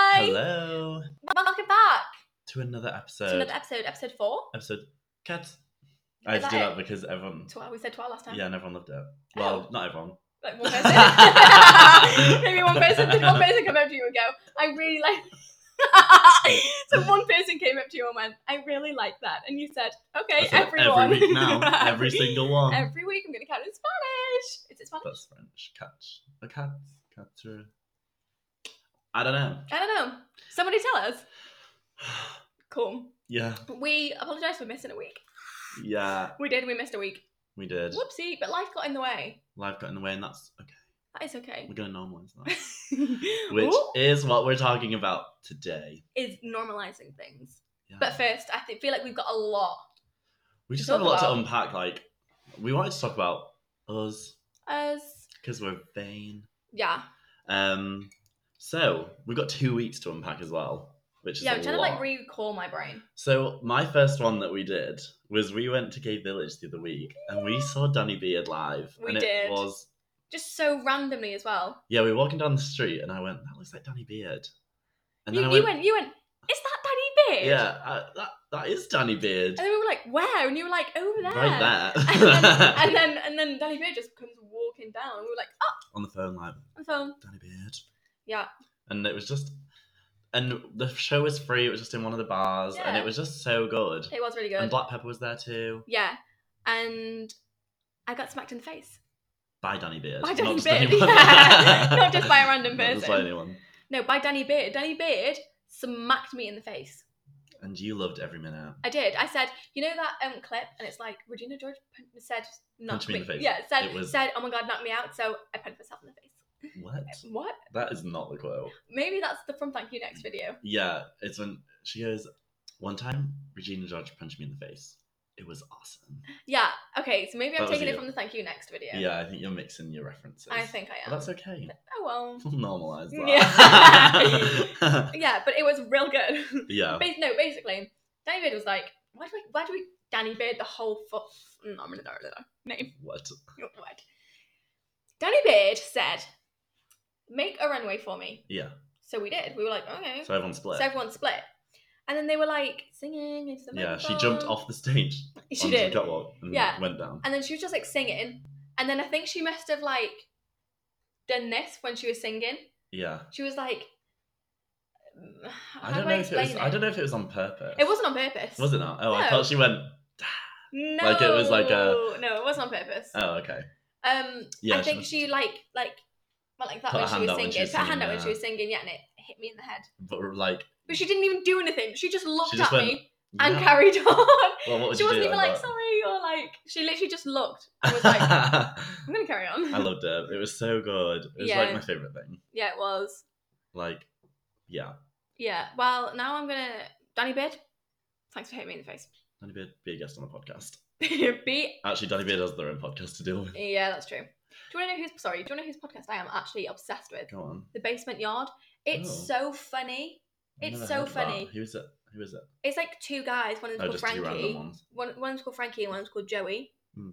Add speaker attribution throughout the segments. Speaker 1: Hello
Speaker 2: Welcome back
Speaker 1: to another episode.
Speaker 2: to another episode, episode four.
Speaker 1: episode. Cats. I had to
Speaker 2: that
Speaker 1: do
Speaker 2: it?
Speaker 1: that because everyone.
Speaker 2: To what we said to our last time.
Speaker 1: Yeah, and everyone loved it.
Speaker 2: Oh.
Speaker 1: Well, not everyone.
Speaker 2: Like one person. Maybe one person did one person come up to you and go, I really like So one person came up to you and went, I really like that. And you said, Okay,
Speaker 1: That's it.
Speaker 2: everyone.
Speaker 1: Every week now. every single one.
Speaker 2: Every week I'm gonna count in Spanish. Is it Spanish?
Speaker 1: That's French. Catch. A cat. Catcher. I don't know.
Speaker 2: I don't know. Somebody tell us. Cool.
Speaker 1: yeah.
Speaker 2: But we apologise for missing a week.
Speaker 1: Yeah.
Speaker 2: We did, we missed a week.
Speaker 1: We did.
Speaker 2: Whoopsie, but life got in the way.
Speaker 1: Life got in the way, and that's okay.
Speaker 2: That is okay.
Speaker 1: We're going to normalize that. Which
Speaker 2: Which
Speaker 1: is what we're talking about today.
Speaker 2: is normalizing things.
Speaker 1: Yeah.
Speaker 2: But first, I th- feel like we've got a lot.
Speaker 1: we just
Speaker 2: talk
Speaker 1: have a lot to
Speaker 2: about-
Speaker 1: unpack. Like, we wanted to talk about us
Speaker 2: As
Speaker 1: because we're vain.
Speaker 2: yeah,
Speaker 1: Um, so we've got two weeks to unpack as well, which is
Speaker 2: yeah,
Speaker 1: a
Speaker 2: I'm trying
Speaker 1: lot.
Speaker 2: to like recall my brain.
Speaker 1: so my first one that we did was we went to Gay Village the other week and we saw Danny Beard live.
Speaker 2: We
Speaker 1: and
Speaker 2: did.
Speaker 1: It was
Speaker 2: Just so randomly as well.
Speaker 1: yeah, we were walking down the street and I went, that looks like Danny Beard. And
Speaker 2: You,
Speaker 1: then I
Speaker 2: you
Speaker 1: went,
Speaker 2: went, you went. Is that Danny Beard?
Speaker 1: yeah, I, that that is Danny Beard
Speaker 2: And then we were like, where? And you were like, over there.
Speaker 1: right there
Speaker 2: Oh, and, then, and then and then Danny Beard just comes walking down. We were like, oh,
Speaker 1: on the phone like
Speaker 2: I'm phone.
Speaker 1: Danny Beard.
Speaker 2: Yeah.
Speaker 1: And it was just. And the show was free. It was just in one of the bars, and
Speaker 2: Yeah.
Speaker 1: it was just so good.
Speaker 2: It was really good.
Speaker 1: And Black Pepper was there too.
Speaker 2: yeah, and I got smacked in the face
Speaker 1: by Danny Beard.
Speaker 2: by Danny
Speaker 1: not just
Speaker 2: Beard.
Speaker 1: anyone.
Speaker 2: Yeah. not just by a random
Speaker 1: Not
Speaker 2: person.
Speaker 1: just by anyone.
Speaker 2: No, by Danny Beard. Danny Beard smacked me in the face.
Speaker 1: And you loved every minute.
Speaker 2: I did. I said, you know that um clip, and it's like Regina George pun- said, "Knock
Speaker 1: Punch me in the face.
Speaker 2: Yeah, said
Speaker 1: It was-
Speaker 2: said, "Oh my god, knock me out." So I punched myself in the face.
Speaker 1: What?
Speaker 2: What?
Speaker 1: That is not the quote.
Speaker 2: Maybe that's the from Thank You Next video.
Speaker 1: Yeah, it's when she goes, One time, Regina George punched me in the face. It was awesome.
Speaker 2: Yeah. Okay. So maybe
Speaker 1: That
Speaker 2: I'm
Speaker 1: was
Speaker 2: taking it
Speaker 1: you.
Speaker 2: from the Thank You Next video.
Speaker 1: Yeah. I think you're mixing your references.
Speaker 2: I think I
Speaker 1: But
Speaker 2: am.
Speaker 1: that's okay.
Speaker 2: Oh well.
Speaker 1: We'll normalize
Speaker 2: Yeah.
Speaker 1: that.
Speaker 2: Yeah, but it was real good.
Speaker 1: yeah.
Speaker 2: Bas- no, basically, Danny Beard was like, "Why do we? Why do we?" Danny Beard the whole fu- mm, I'm gonna know the name.
Speaker 1: What?
Speaker 2: Your word. Danny Beard said, "Make a runway for me."
Speaker 1: Yeah.
Speaker 2: So we did. We were like, okay.
Speaker 1: So everyone split.
Speaker 2: So everyone split. And then they were like singing into the
Speaker 1: yeah, she
Speaker 2: microphone.
Speaker 1: jumped off the stage.
Speaker 2: She
Speaker 1: onto
Speaker 2: did.
Speaker 1: The catwalk and
Speaker 2: Yeah.
Speaker 1: went down.
Speaker 2: And then she was just like singing. And then I think she must have like done this when she was singing.
Speaker 1: Yeah.
Speaker 2: She was like, um, how
Speaker 1: I don't
Speaker 2: do
Speaker 1: know
Speaker 2: I
Speaker 1: if it
Speaker 2: explain
Speaker 1: was. I don't know if it was on purpose.
Speaker 2: It wasn't on purpose.
Speaker 1: Was it not? Oh, I
Speaker 2: No.
Speaker 1: thought she went.
Speaker 2: No.
Speaker 1: Like, it was like a-
Speaker 2: No, it wasn't on purpose.
Speaker 1: Oh, okay.
Speaker 2: um,
Speaker 1: Yeah,
Speaker 2: I
Speaker 1: she
Speaker 2: think
Speaker 1: must-
Speaker 2: she, like like went like that
Speaker 1: Put
Speaker 2: when
Speaker 1: her
Speaker 2: she
Speaker 1: hand
Speaker 2: was
Speaker 1: out
Speaker 2: singing.
Speaker 1: when she was
Speaker 2: Put her hand
Speaker 1: singing,
Speaker 2: out when she
Speaker 1: yeah.
Speaker 2: was singing, yeah, and it hit me in the head.
Speaker 1: But like,
Speaker 2: But she didn't even do anything. She just looked
Speaker 1: just
Speaker 2: at
Speaker 1: went,
Speaker 2: me and
Speaker 1: yeah.
Speaker 2: carried on.
Speaker 1: Well, what would
Speaker 2: she
Speaker 1: you
Speaker 2: wasn't
Speaker 1: do?
Speaker 2: even
Speaker 1: I'm
Speaker 2: like sorry or like she literally just looked and was like i'm gonna carry on
Speaker 1: I loved it. It was so good. It was
Speaker 2: Yeah.
Speaker 1: like my favorite thing.
Speaker 2: yeah it was
Speaker 1: Like, yeah,
Speaker 2: yeah well now i'm gonna danny beard thanks for hitting me in the face
Speaker 1: Danny Beard be a guest on a podcast.
Speaker 2: Be-
Speaker 1: Actually, Danny Beard has their own podcast to deal with.
Speaker 2: yeah that's true do you want to know who's sorry do you want to know whose podcast i am actually obsessed with
Speaker 1: Go on.
Speaker 2: the basement yard it's
Speaker 1: Oh.
Speaker 2: so funny
Speaker 1: I've
Speaker 2: It's
Speaker 1: never
Speaker 2: so
Speaker 1: heard of that.
Speaker 2: funny.
Speaker 1: Who is it? Who is it?
Speaker 2: it's like two guys one of
Speaker 1: Oh,
Speaker 2: them's
Speaker 1: just
Speaker 2: called
Speaker 1: two random
Speaker 2: frankie
Speaker 1: ones.
Speaker 2: one one's called frankie and one's called joey
Speaker 1: Hmm.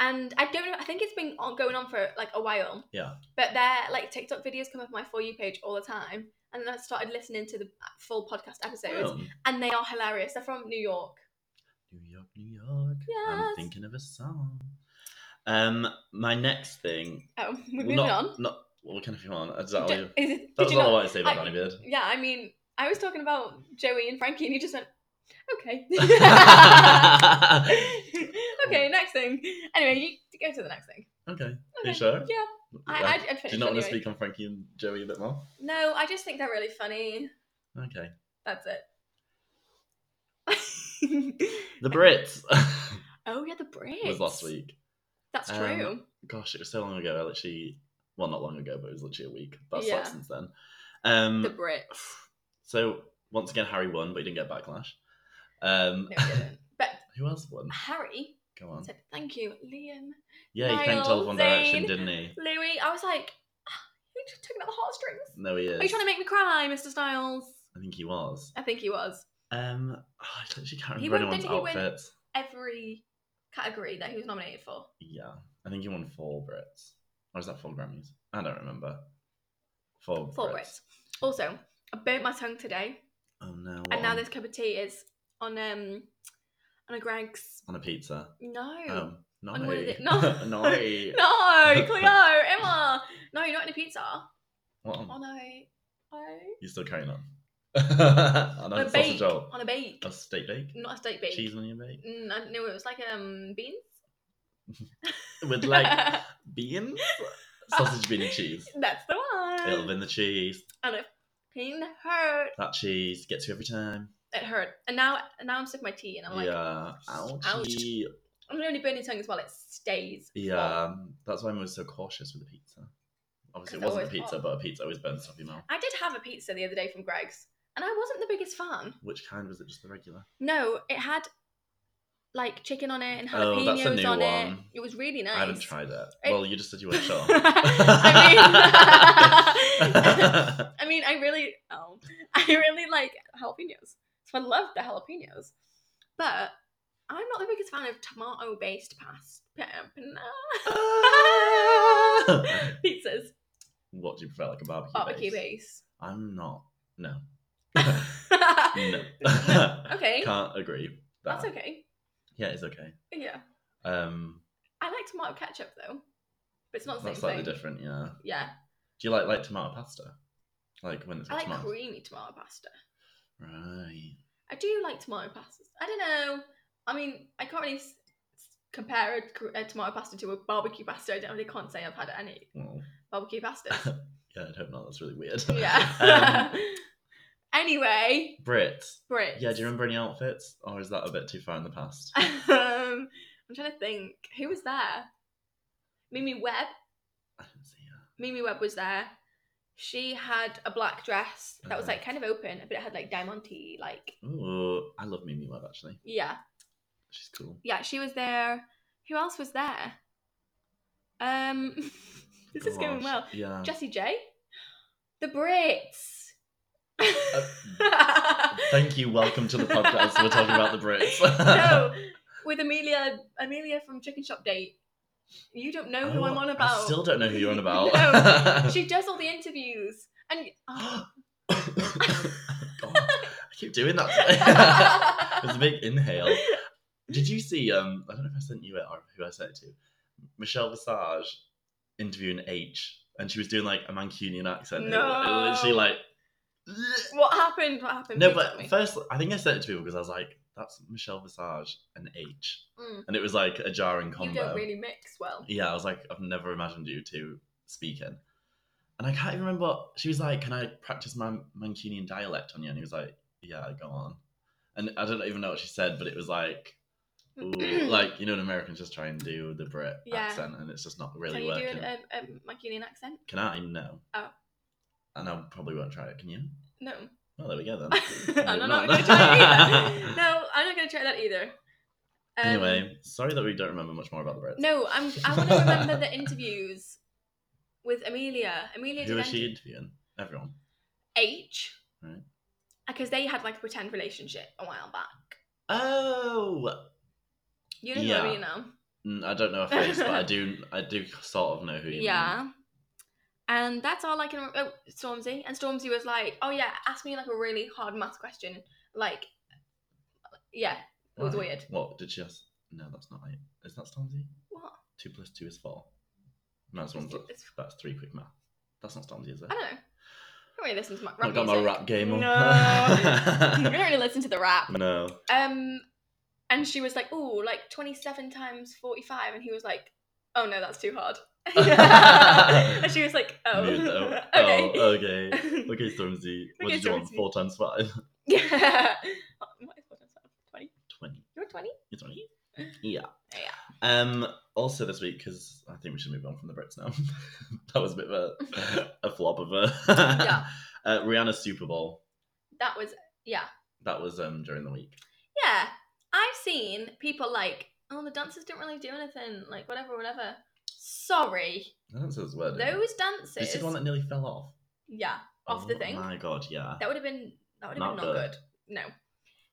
Speaker 2: and I don't know. I think it's been on, going on for like a while.
Speaker 1: Yeah.
Speaker 2: But their like TikTok videos come up on my for you page all the time, and then I started listening to the full podcast episodes,
Speaker 1: Oh.
Speaker 2: and they are hilarious. They're from New York.
Speaker 1: New York, New York. I'm
Speaker 2: Yes.
Speaker 1: thinking of a song. Um, my next thing.
Speaker 2: Oh, we're
Speaker 1: well,
Speaker 2: moving
Speaker 1: not,
Speaker 2: on.
Speaker 1: Not what kind of film on? Is
Speaker 2: D-
Speaker 1: that all you-
Speaker 2: is it-
Speaker 1: that
Speaker 2: did
Speaker 1: was
Speaker 2: you
Speaker 1: all I
Speaker 2: not?
Speaker 1: wanted to say about
Speaker 2: I-
Speaker 1: Danny Beard.
Speaker 2: Yeah, I mean, I was talking about Joey and Frankie, and you just went, okay, okay, next thing. Anyway, you go to the next thing.
Speaker 1: okay. Are
Speaker 2: Okay,
Speaker 1: you sure?
Speaker 2: Yeah, I, I, I'd
Speaker 1: Do
Speaker 2: finished
Speaker 1: you not want to
Speaker 2: anyway.
Speaker 1: speak on Frankie and Joey a bit more?
Speaker 2: No, I just think they're really funny.
Speaker 1: Okay.
Speaker 2: That's it.
Speaker 1: The Brits
Speaker 2: oh yeah, the Brits.
Speaker 1: was last week.
Speaker 2: That's
Speaker 1: Um,
Speaker 2: true.
Speaker 1: Gosh, it was so long ago. I literally, well, not long ago, but it was literally a week. That's
Speaker 2: Yeah.
Speaker 1: like since then. Um,
Speaker 2: the Brits.
Speaker 1: so once again, Harry won, but he didn't get backlash. Um,
Speaker 2: No, we didn't. But
Speaker 1: who else won?
Speaker 2: Harry
Speaker 1: Go on.
Speaker 2: said, "Thank you, Liam,
Speaker 1: Yeah, he thanked all of
Speaker 2: Niall,
Speaker 1: One Direction,
Speaker 2: Zayn.
Speaker 1: didn't he?
Speaker 2: Louis." I was like, "Ah, "You just took out the heartstrings."
Speaker 1: No, he is.
Speaker 2: Are you trying to make me cry, Mr. Styles?
Speaker 1: I think he was.
Speaker 2: I think he was.
Speaker 1: Um, oh, I literally can't
Speaker 2: He
Speaker 1: remember
Speaker 2: won-
Speaker 1: anyone's
Speaker 2: did he win-
Speaker 1: outfits.
Speaker 2: Every category that he was nominated for.
Speaker 1: Yeah, I think he won four Brits. Or is that four Grammys? I don't remember. Four,
Speaker 2: Four Brits. Also, I burnt my tongue today,
Speaker 1: Oh no. what
Speaker 2: and now
Speaker 1: on?
Speaker 2: this cup of tea is on um on a Greg's.
Speaker 1: on a pizza.
Speaker 2: No,
Speaker 1: Um,
Speaker 2: On one of
Speaker 1: naughty.
Speaker 2: the- no.
Speaker 1: naughty.
Speaker 2: no, Cleo, Emma, no, you're not in a pizza. Oh,
Speaker 1: What on?
Speaker 2: On a, a
Speaker 1: You're still carrying on.
Speaker 2: on
Speaker 1: on a
Speaker 2: a
Speaker 1: sausage
Speaker 2: bake,
Speaker 1: roll.
Speaker 2: on a bake,
Speaker 1: A steak bake?
Speaker 2: not a steak bake.
Speaker 1: Cheese on your bake?
Speaker 2: Mm, I don't know. It was like um beans.
Speaker 1: With like beans? Sausage, bean, and cheese.
Speaker 2: That's the
Speaker 1: It'll
Speaker 2: one.
Speaker 1: win the cheese.
Speaker 2: And it pain hurt.
Speaker 1: That cheese gets you every time.
Speaker 2: It hurt. And now, and now I'm sick of Oh my tea, and I'm like,
Speaker 1: yeah.
Speaker 2: ouch.
Speaker 1: Ouchie.
Speaker 2: I'm the only burning tongue as well. It stays.
Speaker 1: Yeah. um, That's why I'm always so cautious with the pizza. Obviously, it
Speaker 2: Because
Speaker 1: wasn't a
Speaker 2: always
Speaker 1: pizza,
Speaker 2: hot.
Speaker 1: but a pizza always burns off your mouth.
Speaker 2: I did have a pizza the other day from Greg's, and I wasn't the biggest fan.
Speaker 1: Which kind was it? Just the regular?
Speaker 2: No, it had like chicken on it and
Speaker 1: Oh,
Speaker 2: jalapenos
Speaker 1: that's a new
Speaker 2: on it.
Speaker 1: one.
Speaker 2: It was really nice.
Speaker 1: I haven't tried it.
Speaker 2: I-
Speaker 1: Well, you just said you weren't sure.
Speaker 2: I mean, I mean, I really, oh, I really like jalapenos. So I love the jalapenos, but I'm not the biggest fan of tomato-based past pizzas.
Speaker 1: what do you prefer, like a barbecue?
Speaker 2: Barbecue
Speaker 1: base?
Speaker 2: base.
Speaker 1: I'm not. No. no.
Speaker 2: no. Okay,
Speaker 1: Can't agree. with That.
Speaker 2: that's okay.
Speaker 1: Yeah, it's okay.
Speaker 2: Yeah,
Speaker 1: Um,
Speaker 2: I like tomato ketchup though, but it's not the
Speaker 1: that's
Speaker 2: same
Speaker 1: slightly
Speaker 2: thing.
Speaker 1: different. Yeah.
Speaker 2: Yeah,
Speaker 1: Do you like like tomato pasta? Like when it's
Speaker 2: I
Speaker 1: got
Speaker 2: like
Speaker 1: tomato.
Speaker 2: creamy tomato pasta.
Speaker 1: Right.
Speaker 2: I do like tomato pastas. I don't know. I mean, I can't really s- s- compare a, cr- a tomato pasta to a barbecue pasta. I don't really can't say I've had any
Speaker 1: Well,
Speaker 2: barbecue pastas.
Speaker 1: yeah, I'd hope not. That's really weird.
Speaker 2: yeah.
Speaker 1: um,
Speaker 2: anyway,
Speaker 1: Brits.
Speaker 2: Brits.
Speaker 1: Yeah, do you remember any outfits, or is that a bit too far in the past?
Speaker 2: um, I'm trying to think. Who was there? Mimi Webb.
Speaker 1: I didn't see her.
Speaker 2: Mimi Webb was there. She had a black dress that was
Speaker 1: Uh-huh.
Speaker 2: like kind of open, but it had like diamante, like
Speaker 1: Ooh, I love Mimi Webb actually.
Speaker 2: yeah,
Speaker 1: She's cool.
Speaker 2: yeah. She was there. Who else was there? Um, this is going
Speaker 1: Gosh,
Speaker 2: well.
Speaker 1: Yeah.
Speaker 2: Jessie J, the Brits.
Speaker 1: Thank you. Welcome to the podcast. We're talking about the Uh, Brits.
Speaker 2: no, with Amelia, Amelia from Chicken Shop Date. You don't know who I'm
Speaker 1: Oh,
Speaker 2: on about.
Speaker 1: I still don't know who you're on about.
Speaker 2: No, she does all the interviews, and oh.
Speaker 1: God, I keep doing that. it was a big inhale. Did you see? Um, I don't know if I sent you it or who I sent it to. Michelle Visage interviewing H, and she was doing like a Mancunian accent. It-
Speaker 2: No.
Speaker 1: it literally like.
Speaker 2: what happened? What happened?
Speaker 1: No,
Speaker 2: Please tell
Speaker 1: but
Speaker 2: me.
Speaker 1: first, I think I sent it to people because I was like, "That's Michelle Visage and H,"
Speaker 2: Mm.
Speaker 1: and it was like a jarring
Speaker 2: you
Speaker 1: combo.
Speaker 2: don't really mix well.
Speaker 1: yeah, I was like, I've never imagined you two speaking. And I can't even remember. what- She was like, "Can I practice my Mancunian dialect on you?" And he was like, "Yeah, go on." And I don't even know what she said, but it was like, ooh, like you know, an American just try and do the Brit
Speaker 2: Yeah.
Speaker 1: accent, and it's just not really
Speaker 2: Can you
Speaker 1: working.
Speaker 2: do an, um, um, Mancunian accent?
Speaker 1: Can I? No.
Speaker 2: Oh.
Speaker 1: And I probably won't try it. Can you?
Speaker 2: No,
Speaker 1: Well, there we go then.
Speaker 2: I'm
Speaker 1: Maybe
Speaker 2: not, not
Speaker 1: not.
Speaker 2: gonna try that either. No, I'm not gonna try that either. Um,
Speaker 1: anyway, sorry that we don't remember much more about the Brits.
Speaker 2: No, I'm. I want to remember the interviews with Amelia. Amelia
Speaker 1: Who
Speaker 2: did
Speaker 1: is she
Speaker 2: enter-
Speaker 1: interviewing? Everyone.
Speaker 2: H.
Speaker 1: Right.
Speaker 2: Because they had like a pretend relationship a while back.
Speaker 1: Oh,
Speaker 2: You don't
Speaker 1: Yeah.
Speaker 2: know, you know.
Speaker 1: Mm, I don't know a face, but I do. I do sort of know who you mean.
Speaker 2: Yeah. And that's all I can remember. Oh, Stormzy. And Stormzy was like, oh yeah, ask me like a really hard math question. Like, yeah, it was
Speaker 1: Right.
Speaker 2: weird.
Speaker 1: What did she ask? No, that's not right. Is that Stormzy?
Speaker 2: What?
Speaker 1: Two plus two is four. No, that's, one,
Speaker 2: It's- it's-
Speaker 1: that's three quick math. That's not Stormzy, is it?
Speaker 2: I don't know. I don't really listen to my rap
Speaker 1: Not got my
Speaker 2: music.
Speaker 1: rap game on.
Speaker 2: No. I don't really listen to the rap.
Speaker 1: no.
Speaker 2: Um, and she was like, "Oh, like twenty-seven times forty-five," and he was like, "Oh no, that's too hard." and she was like, "Oh,
Speaker 1: Mood, though.
Speaker 2: okay,
Speaker 1: Oh, okay. Okay, Stormzy. What
Speaker 2: Okay,
Speaker 1: did you want?
Speaker 2: Stormzy.
Speaker 1: Four times five?
Speaker 2: yeah." What is what is that? Twenty?
Speaker 1: Twenty.
Speaker 2: You're twenty?
Speaker 1: You're twenty. Yeah.
Speaker 2: Yeah.
Speaker 1: Um. Also, this week because I think we should move on from the Brits now. that was a bit of a, a flop of a.
Speaker 2: Yeah.
Speaker 1: Uh, Rihanna's Super Bowl.
Speaker 2: That was yeah,
Speaker 1: That was um during the week.
Speaker 2: yeah. I've seen people like, "Oh, the dancers didn't really do anything," like whatever, whatever. Sorry,
Speaker 1: That's his word. isn't it?
Speaker 2: those
Speaker 1: Did you see
Speaker 2: dances.
Speaker 1: the one that nearly fell off?
Speaker 2: yeah, off the
Speaker 1: Oh
Speaker 2: thing.
Speaker 1: My God, yeah.
Speaker 2: That would have been that would have
Speaker 1: Not
Speaker 2: been not
Speaker 1: good.
Speaker 2: good. No.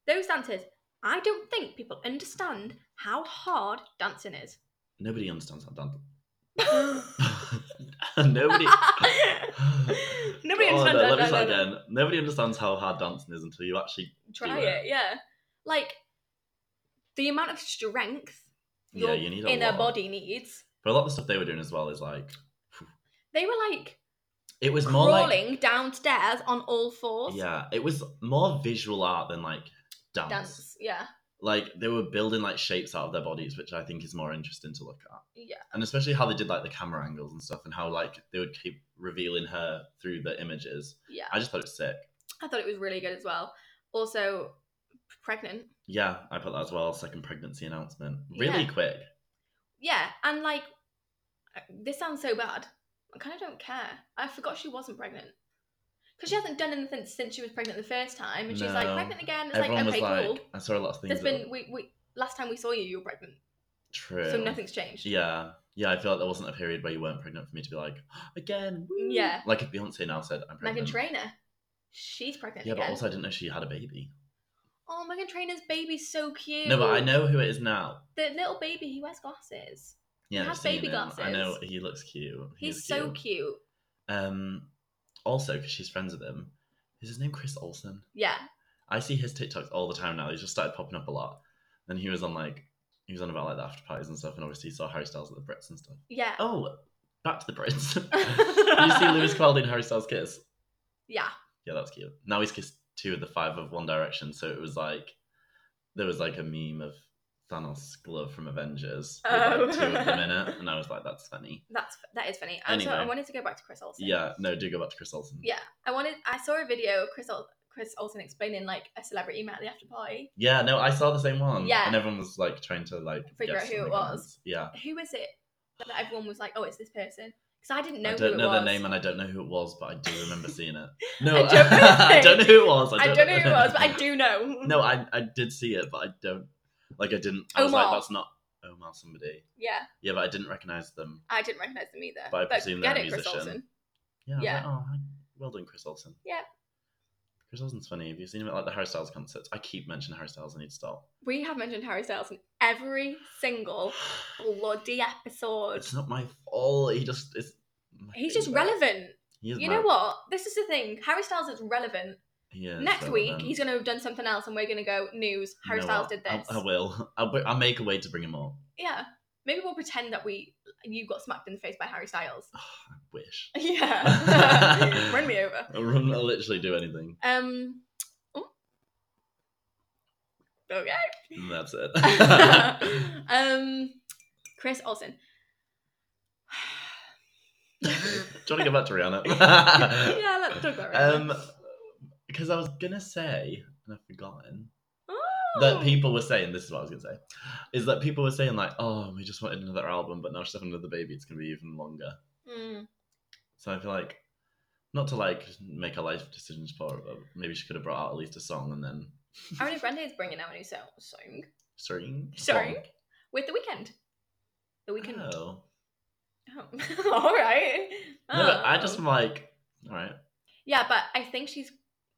Speaker 2: Those dances, I don't think people understand how hard dancing is.
Speaker 1: Nobody understands how done. Nobody.
Speaker 2: Nobody
Speaker 1: God,
Speaker 2: understands that,
Speaker 1: Let me
Speaker 2: no,
Speaker 1: start
Speaker 2: no,
Speaker 1: again. Nobody understands how hard dancing is until you actually.
Speaker 2: Try
Speaker 1: Do
Speaker 2: it, yeah. Like the amount of strength
Speaker 1: Yeah,
Speaker 2: your
Speaker 1: you need a
Speaker 2: inner
Speaker 1: lot.
Speaker 2: body needs.
Speaker 1: But a lot of the stuff they were doing as well is like
Speaker 2: They were like
Speaker 1: it was more like
Speaker 2: crawling downstairs on all fours.
Speaker 1: yeah, it was more visual art than like dance.
Speaker 2: Dance, yeah.
Speaker 1: Like they were building like shapes out of their bodies, which I think is more interesting to look at,
Speaker 2: Yeah.
Speaker 1: and especially how they did like the camera angles and stuff, and how like they would keep revealing her through the images.
Speaker 2: Yeah.
Speaker 1: I just thought it was sick.
Speaker 2: I thought it was really good as well. Also, pregnant.
Speaker 1: Yeah, I put that as well. Second pregnancy announcement, really
Speaker 2: Yeah.
Speaker 1: quick.
Speaker 2: Yeah, and like, uh, this sounds so bad. I kind of don't care. I forgot she wasn't pregnant. Because she hasn't done anything since she was pregnant the first time, and she's like,
Speaker 1: No.
Speaker 2: pregnant again. It's
Speaker 1: Everyone
Speaker 2: like, okay,
Speaker 1: was like,
Speaker 2: cool.
Speaker 1: I saw a lot of things.
Speaker 2: There's
Speaker 1: that
Speaker 2: been,
Speaker 1: were
Speaker 2: we, we, last time we saw you, you were pregnant.
Speaker 1: true.
Speaker 2: So nothing's changed.
Speaker 1: Yeah, yeah. I feel like there wasn't a period where you weren't pregnant for me to be like again. woo."
Speaker 2: Yeah.
Speaker 1: Like if Beyonce now said, "I'm
Speaker 2: Megan
Speaker 1: pregnant."
Speaker 2: Trainer, she's pregnant
Speaker 1: yeah,
Speaker 2: again.
Speaker 1: but also I didn't know she had a baby.
Speaker 2: oh, Megan Trainor's baby's so cute.
Speaker 1: No, but I know who it is now.
Speaker 2: the little baby. He wears glasses.
Speaker 1: Yeah,
Speaker 2: has
Speaker 1: I've seen
Speaker 2: baby
Speaker 1: him.
Speaker 2: glasses.
Speaker 1: I know he looks cute.
Speaker 2: He's, so cute.
Speaker 1: Um, also because she's friends with him, is his name Chris Olsen?
Speaker 2: Yeah,
Speaker 1: I see his TikToks all the time now. He's just started popping up a lot. Then he was on like he was on about like the after parties and stuff, and obviously he saw Harry Styles at the Brits and stuff.
Speaker 2: yeah,
Speaker 1: Oh, back to the Brits. Oh. you see Lewis Capaldi and Harry Styles kiss?
Speaker 2: yeah.
Speaker 1: Yeah, that's cute. Now he's kissed two of the five of One Direction, so it was like there was like a meme of Thanos' glove from Avengers with
Speaker 2: Oh.
Speaker 1: like two of them in it, and I was like, that's funny.
Speaker 2: That's that is funny. And so I
Speaker 1: Anyway.
Speaker 2: wanted to go back to Chris Olsen.
Speaker 1: Yeah, no, do go back to Chris Olsen.
Speaker 2: Yeah. I wanted. I saw a video of Chris Ol- Chris Olsen explaining like a celebrity met at the after party.
Speaker 1: Yeah, no, I saw the same one.
Speaker 2: Yeah.
Speaker 1: and everyone was like trying to like
Speaker 2: Figure out
Speaker 1: guess
Speaker 2: who
Speaker 1: in the
Speaker 2: it was.
Speaker 1: comments. Yeah,
Speaker 2: Who was it that everyone was like, oh, it's this person? Because I didn't know
Speaker 1: I
Speaker 2: who
Speaker 1: don't
Speaker 2: it
Speaker 1: know
Speaker 2: was.
Speaker 1: their name and I don't know who it was, but I do remember seeing it. No,
Speaker 2: I don't know.
Speaker 1: I don't know who it was.
Speaker 2: I don't know who it was, but I do know.
Speaker 1: No, I I did see it, but I don't like I didn't. I was like,
Speaker 2: Omar.
Speaker 1: that's not Omar somebody.
Speaker 2: Yeah,
Speaker 1: Yeah, but I didn't recognize them.
Speaker 2: I didn't recognize them either.
Speaker 1: But I presume they're
Speaker 2: get
Speaker 1: a
Speaker 2: it, Chris
Speaker 1: musician.
Speaker 2: Olsen.
Speaker 1: Yeah. I was
Speaker 2: Yeah.
Speaker 1: like, oh, hi- well done, Chris Olsen.
Speaker 2: Yeah.
Speaker 1: Chris Olsen's funny. Have you seen him at like the Harry Styles concerts? I keep mentioning Harry Styles. I need to stop.
Speaker 2: We have mentioned Harry Styles in every single bloody episode.
Speaker 1: It's not my fault. He just is. my
Speaker 2: He's just
Speaker 1: favourite.
Speaker 2: relevant.
Speaker 1: He is
Speaker 2: You
Speaker 1: my-
Speaker 2: know what? This is the thing. Harry Styles is relevant.
Speaker 1: He is
Speaker 2: Next week,
Speaker 1: relevant.
Speaker 2: he's going to have done something else, and we're going to go news.
Speaker 1: You
Speaker 2: Harry
Speaker 1: know
Speaker 2: Styles
Speaker 1: what?
Speaker 2: did
Speaker 1: I'll-
Speaker 2: this.
Speaker 1: I, will. I'll, br- I'll make a way to bring him up.
Speaker 2: Yeah. Maybe we'll pretend that we you got smacked in the face by Harry Styles.
Speaker 1: I wish.
Speaker 2: Yeah. Run me over.
Speaker 1: I'll, run, I'll literally do anything.
Speaker 2: Um oh.
Speaker 1: And that's it.
Speaker 2: Okay. um Chris Olsen.
Speaker 1: do you want to go back to Rihanna?
Speaker 2: yeah, let's talk about Rihanna.
Speaker 1: um, because I was gonna say, and I've forgotten.
Speaker 2: Oh.
Speaker 1: that people were saying this is what I was gonna say is that people were saying like oh we just wanted another album but now she's having another baby it's gonna be even longer
Speaker 2: Mm,
Speaker 1: so I feel like not to like make our life decisions for her but maybe she could have brought out at least a song and then
Speaker 2: Ariana Grande is bringing out a new so- song
Speaker 1: sorry
Speaker 2: Sorry? with The Weekend. The
Speaker 1: we can
Speaker 2: Weekend.
Speaker 1: oh.
Speaker 2: Oh. All right.
Speaker 1: no but I
Speaker 2: Oh.
Speaker 1: just am like all right
Speaker 2: Yeah, but I think she's.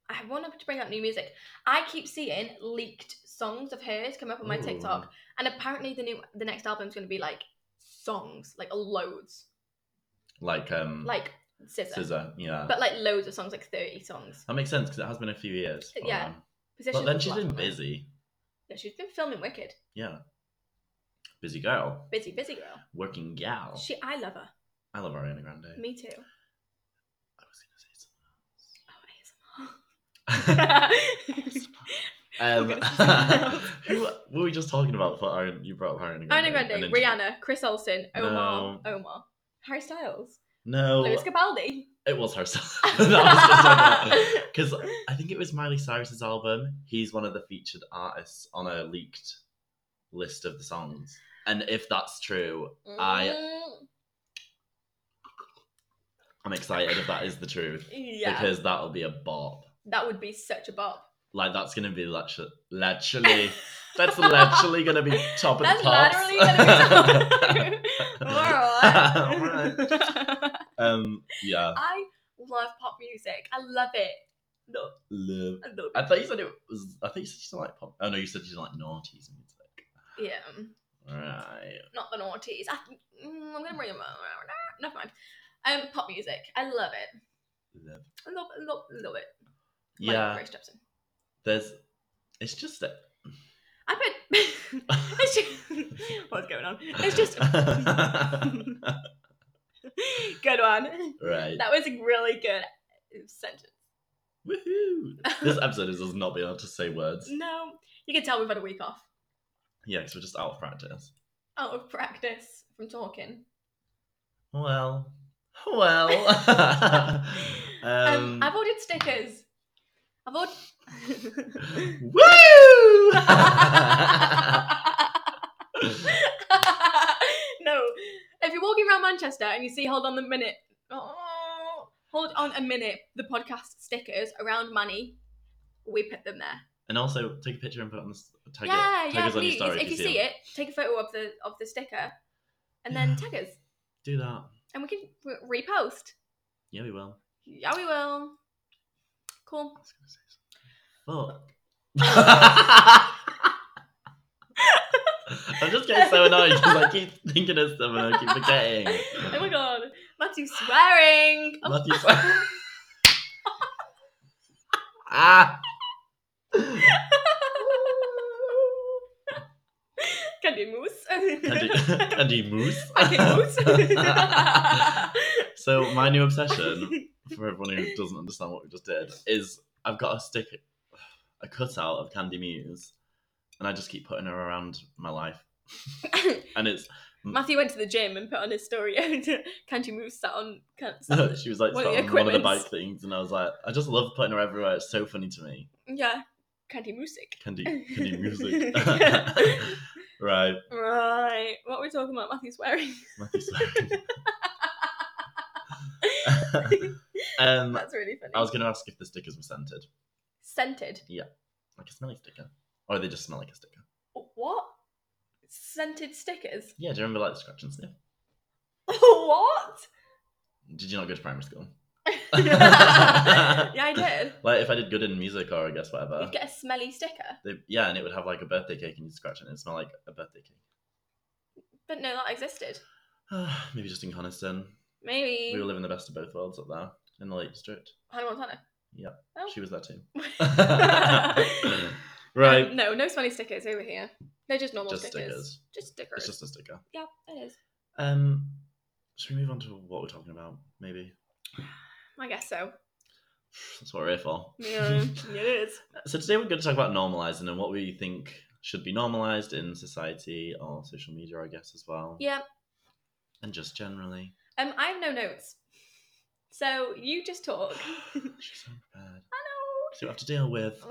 Speaker 2: I want her to bring out new music. I keep seeing leaked songs of hers come up on my
Speaker 1: Ooh.
Speaker 2: TikTok, and apparently the new the next album's going to be like songs, like loads,
Speaker 1: like um
Speaker 2: like scissor,
Speaker 1: scissor yeah
Speaker 2: but like loads of songs, like thirty songs.
Speaker 1: that makes sense because it has been a few years for
Speaker 2: Yeah.
Speaker 1: them.
Speaker 2: Positions
Speaker 1: but then
Speaker 2: of
Speaker 1: she's been
Speaker 2: Love.
Speaker 1: busy
Speaker 2: Yeah, she's been filming Wicked.
Speaker 1: yeah busy girl
Speaker 2: Busy, busy girl.
Speaker 1: working gal
Speaker 2: She, I love her.
Speaker 1: I love Ariana Grande
Speaker 2: Me too.
Speaker 1: I was gonna say something
Speaker 2: Oh,
Speaker 1: else.
Speaker 2: ASMR.
Speaker 1: Um,
Speaker 2: We're gonna see
Speaker 1: who what were we just talking about? For Aaron, you brought up Ariana Grande.
Speaker 2: Ariana
Speaker 1: and
Speaker 2: Grande,
Speaker 1: then-
Speaker 2: Rihanna, Chris Olsen, Omar,
Speaker 1: No.
Speaker 2: Omar, Harry Styles,
Speaker 1: No,
Speaker 2: Lewis Capaldi.
Speaker 1: it was herself. Because I think it was Miley Cyrus's album. He's one of the featured artists on a leaked list of the songs. And if that's true, I-
Speaker 2: Mm.
Speaker 1: I'm excited if that is the truth
Speaker 2: Yeah,
Speaker 1: because that'll be a bop.
Speaker 2: that would be such a bop.
Speaker 1: Like that's gonna be literally, literally that's literally gonna be top of
Speaker 2: That's
Speaker 1: the pops.
Speaker 2: literally gonna be so- Alright.
Speaker 1: um, yeah.
Speaker 2: I love pop music. I love it. No,
Speaker 1: Love
Speaker 2: I love
Speaker 1: I thought you said it was. I thought you said you didn't like pop. Oh no, you said you didn't like naughties music.
Speaker 2: it. Yeah, um,
Speaker 1: Right.
Speaker 2: not the naughties. I, mm, I'm gonna bring them up. Never mind. Um, pop music. I love it.
Speaker 1: Love.
Speaker 2: I love, love, love it. Like
Speaker 1: Yeah,
Speaker 2: Grace Jepsen.
Speaker 1: there's. It's just that.
Speaker 2: I bet. It's ju- What's going on? It's just good one.
Speaker 1: right.
Speaker 2: That was a really good sentence.
Speaker 1: Woohoo! This episode is us not being able to say words.
Speaker 2: No, you can tell we've had a week off,
Speaker 1: Yeah, because we're just out of practice.
Speaker 2: out of practice from talking.
Speaker 1: Well, well.
Speaker 2: Um,
Speaker 1: um,
Speaker 2: I've ordered stickers. I've ordered.
Speaker 1: Woo!
Speaker 2: no, if you're walking around Manchester and you see "Hold on the minute," oh, hold on a minute, the podcast stickers around Manny, we put them there.
Speaker 1: and also take a picture and put it on the s- tag
Speaker 2: yeah,
Speaker 1: it. Tag
Speaker 2: yeah,
Speaker 1: us on your
Speaker 2: please.
Speaker 1: story
Speaker 2: if you see it, take a photo of the of the sticker, and then
Speaker 1: Yeah.
Speaker 2: tag us,
Speaker 1: Do that.
Speaker 2: and we can re- repost.
Speaker 1: Yeah, we will.
Speaker 2: Yeah, we will. Cool.
Speaker 1: I was gonna say something. Fuck. I'm just getting so annoyed because I keep thinking of stuff and I keep forgetting.
Speaker 2: Oh my god, Matthew's swearing. Oh,
Speaker 1: Matthew. ah.
Speaker 2: Candy moose.
Speaker 1: Andy, Andy Moose.
Speaker 2: Candy moose.
Speaker 1: so my new obsession, for everyone who doesn't understand what we just did, is I've got a stick, a cutout of Candy Muse, and I just keep putting her around my life, and it's
Speaker 2: Matthew went to the gym and put on his story. Candy moose sat on. Can, sat on the-
Speaker 1: she was like
Speaker 2: One of the
Speaker 1: sat on one of the
Speaker 2: equipments.
Speaker 1: bike things, and I was like, I just love putting her everywhere. It's so funny to me.
Speaker 2: yeah, Candy music.
Speaker 1: Candy, Candy music. right.
Speaker 2: Right. What were we talking about? Matthew swearing.
Speaker 1: Matthew, sorry. um,
Speaker 2: That's really funny.
Speaker 1: I was going to ask if the stickers were scented,
Speaker 2: Scented.
Speaker 1: like a smelly sticker, or they just smell like a sticker.
Speaker 2: What? Scented stickers.
Speaker 1: Yeah, do you remember like the scratch and sniff?
Speaker 2: what?
Speaker 1: Did you not go to primary school?
Speaker 2: yeah, I did.
Speaker 1: Like if I did good in music or I guess whatever,
Speaker 2: You'd get a smelly sticker.
Speaker 1: they, yeah, and it would have like a birthday cake and you'd scratch it and it'd smell like a birthday cake.
Speaker 2: Didn't know that existed.
Speaker 1: Maybe just in Coniston.
Speaker 2: Maybe.
Speaker 1: We were living the best of both worlds up there in the Lake District.
Speaker 2: Hannah Montana. Oh.
Speaker 1: She was there too.
Speaker 2: Um,
Speaker 1: right.
Speaker 2: no, no smelly stickers over here. They're just normal
Speaker 1: just
Speaker 2: stickers.
Speaker 1: stickers.
Speaker 2: Just stickers.
Speaker 1: It's just a sticker.
Speaker 2: Yeah, it is.
Speaker 1: Um, should we move on to what we're talking about? Maybe
Speaker 2: I guess so.
Speaker 1: that's what we're here for.
Speaker 2: Yeah, it is.
Speaker 1: so today we're going to talk about normalizing and what we think should be normalized in society or social media, I guess, as well,
Speaker 2: Yeah.
Speaker 1: and just generally.
Speaker 2: Um, I have no notes. So you just talk.
Speaker 1: She's so prepared.
Speaker 2: Hello.
Speaker 1: See what I have to deal with.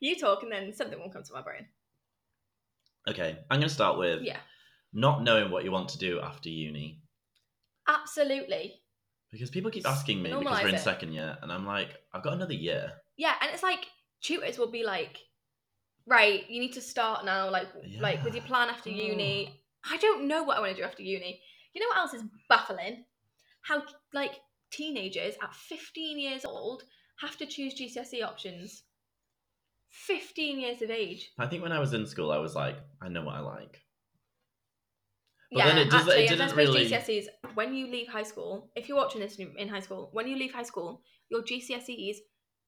Speaker 2: you talk and then something will come to my brain.
Speaker 1: Okay, I'm going to start with
Speaker 2: Yeah.
Speaker 1: not knowing what you want to do after uni
Speaker 2: Absolutely.
Speaker 1: because people keep
Speaker 2: S-
Speaker 1: asking me because
Speaker 2: normalise
Speaker 1: we're in
Speaker 2: it.
Speaker 1: second year, and I'm like, I've got another year.
Speaker 2: Yeah, and it's like tutors will be like, right, you need to start now, like like with your
Speaker 1: Yeah. Oh.
Speaker 2: plan after uni. I don't know what I want to do after uni. You know what else is baffling? How like teenagers at 15 years old have to choose GCSE E options. 15 years of age.
Speaker 1: I think when I was in school, I was like, I know what I like. But
Speaker 2: yeah,
Speaker 1: then it does- it
Speaker 2: actually, and
Speaker 1: didn't
Speaker 2: that's with
Speaker 1: really-
Speaker 2: GCSEs. When you leave high school, if you're watching this in in high school, when you leave high school, your GCSEs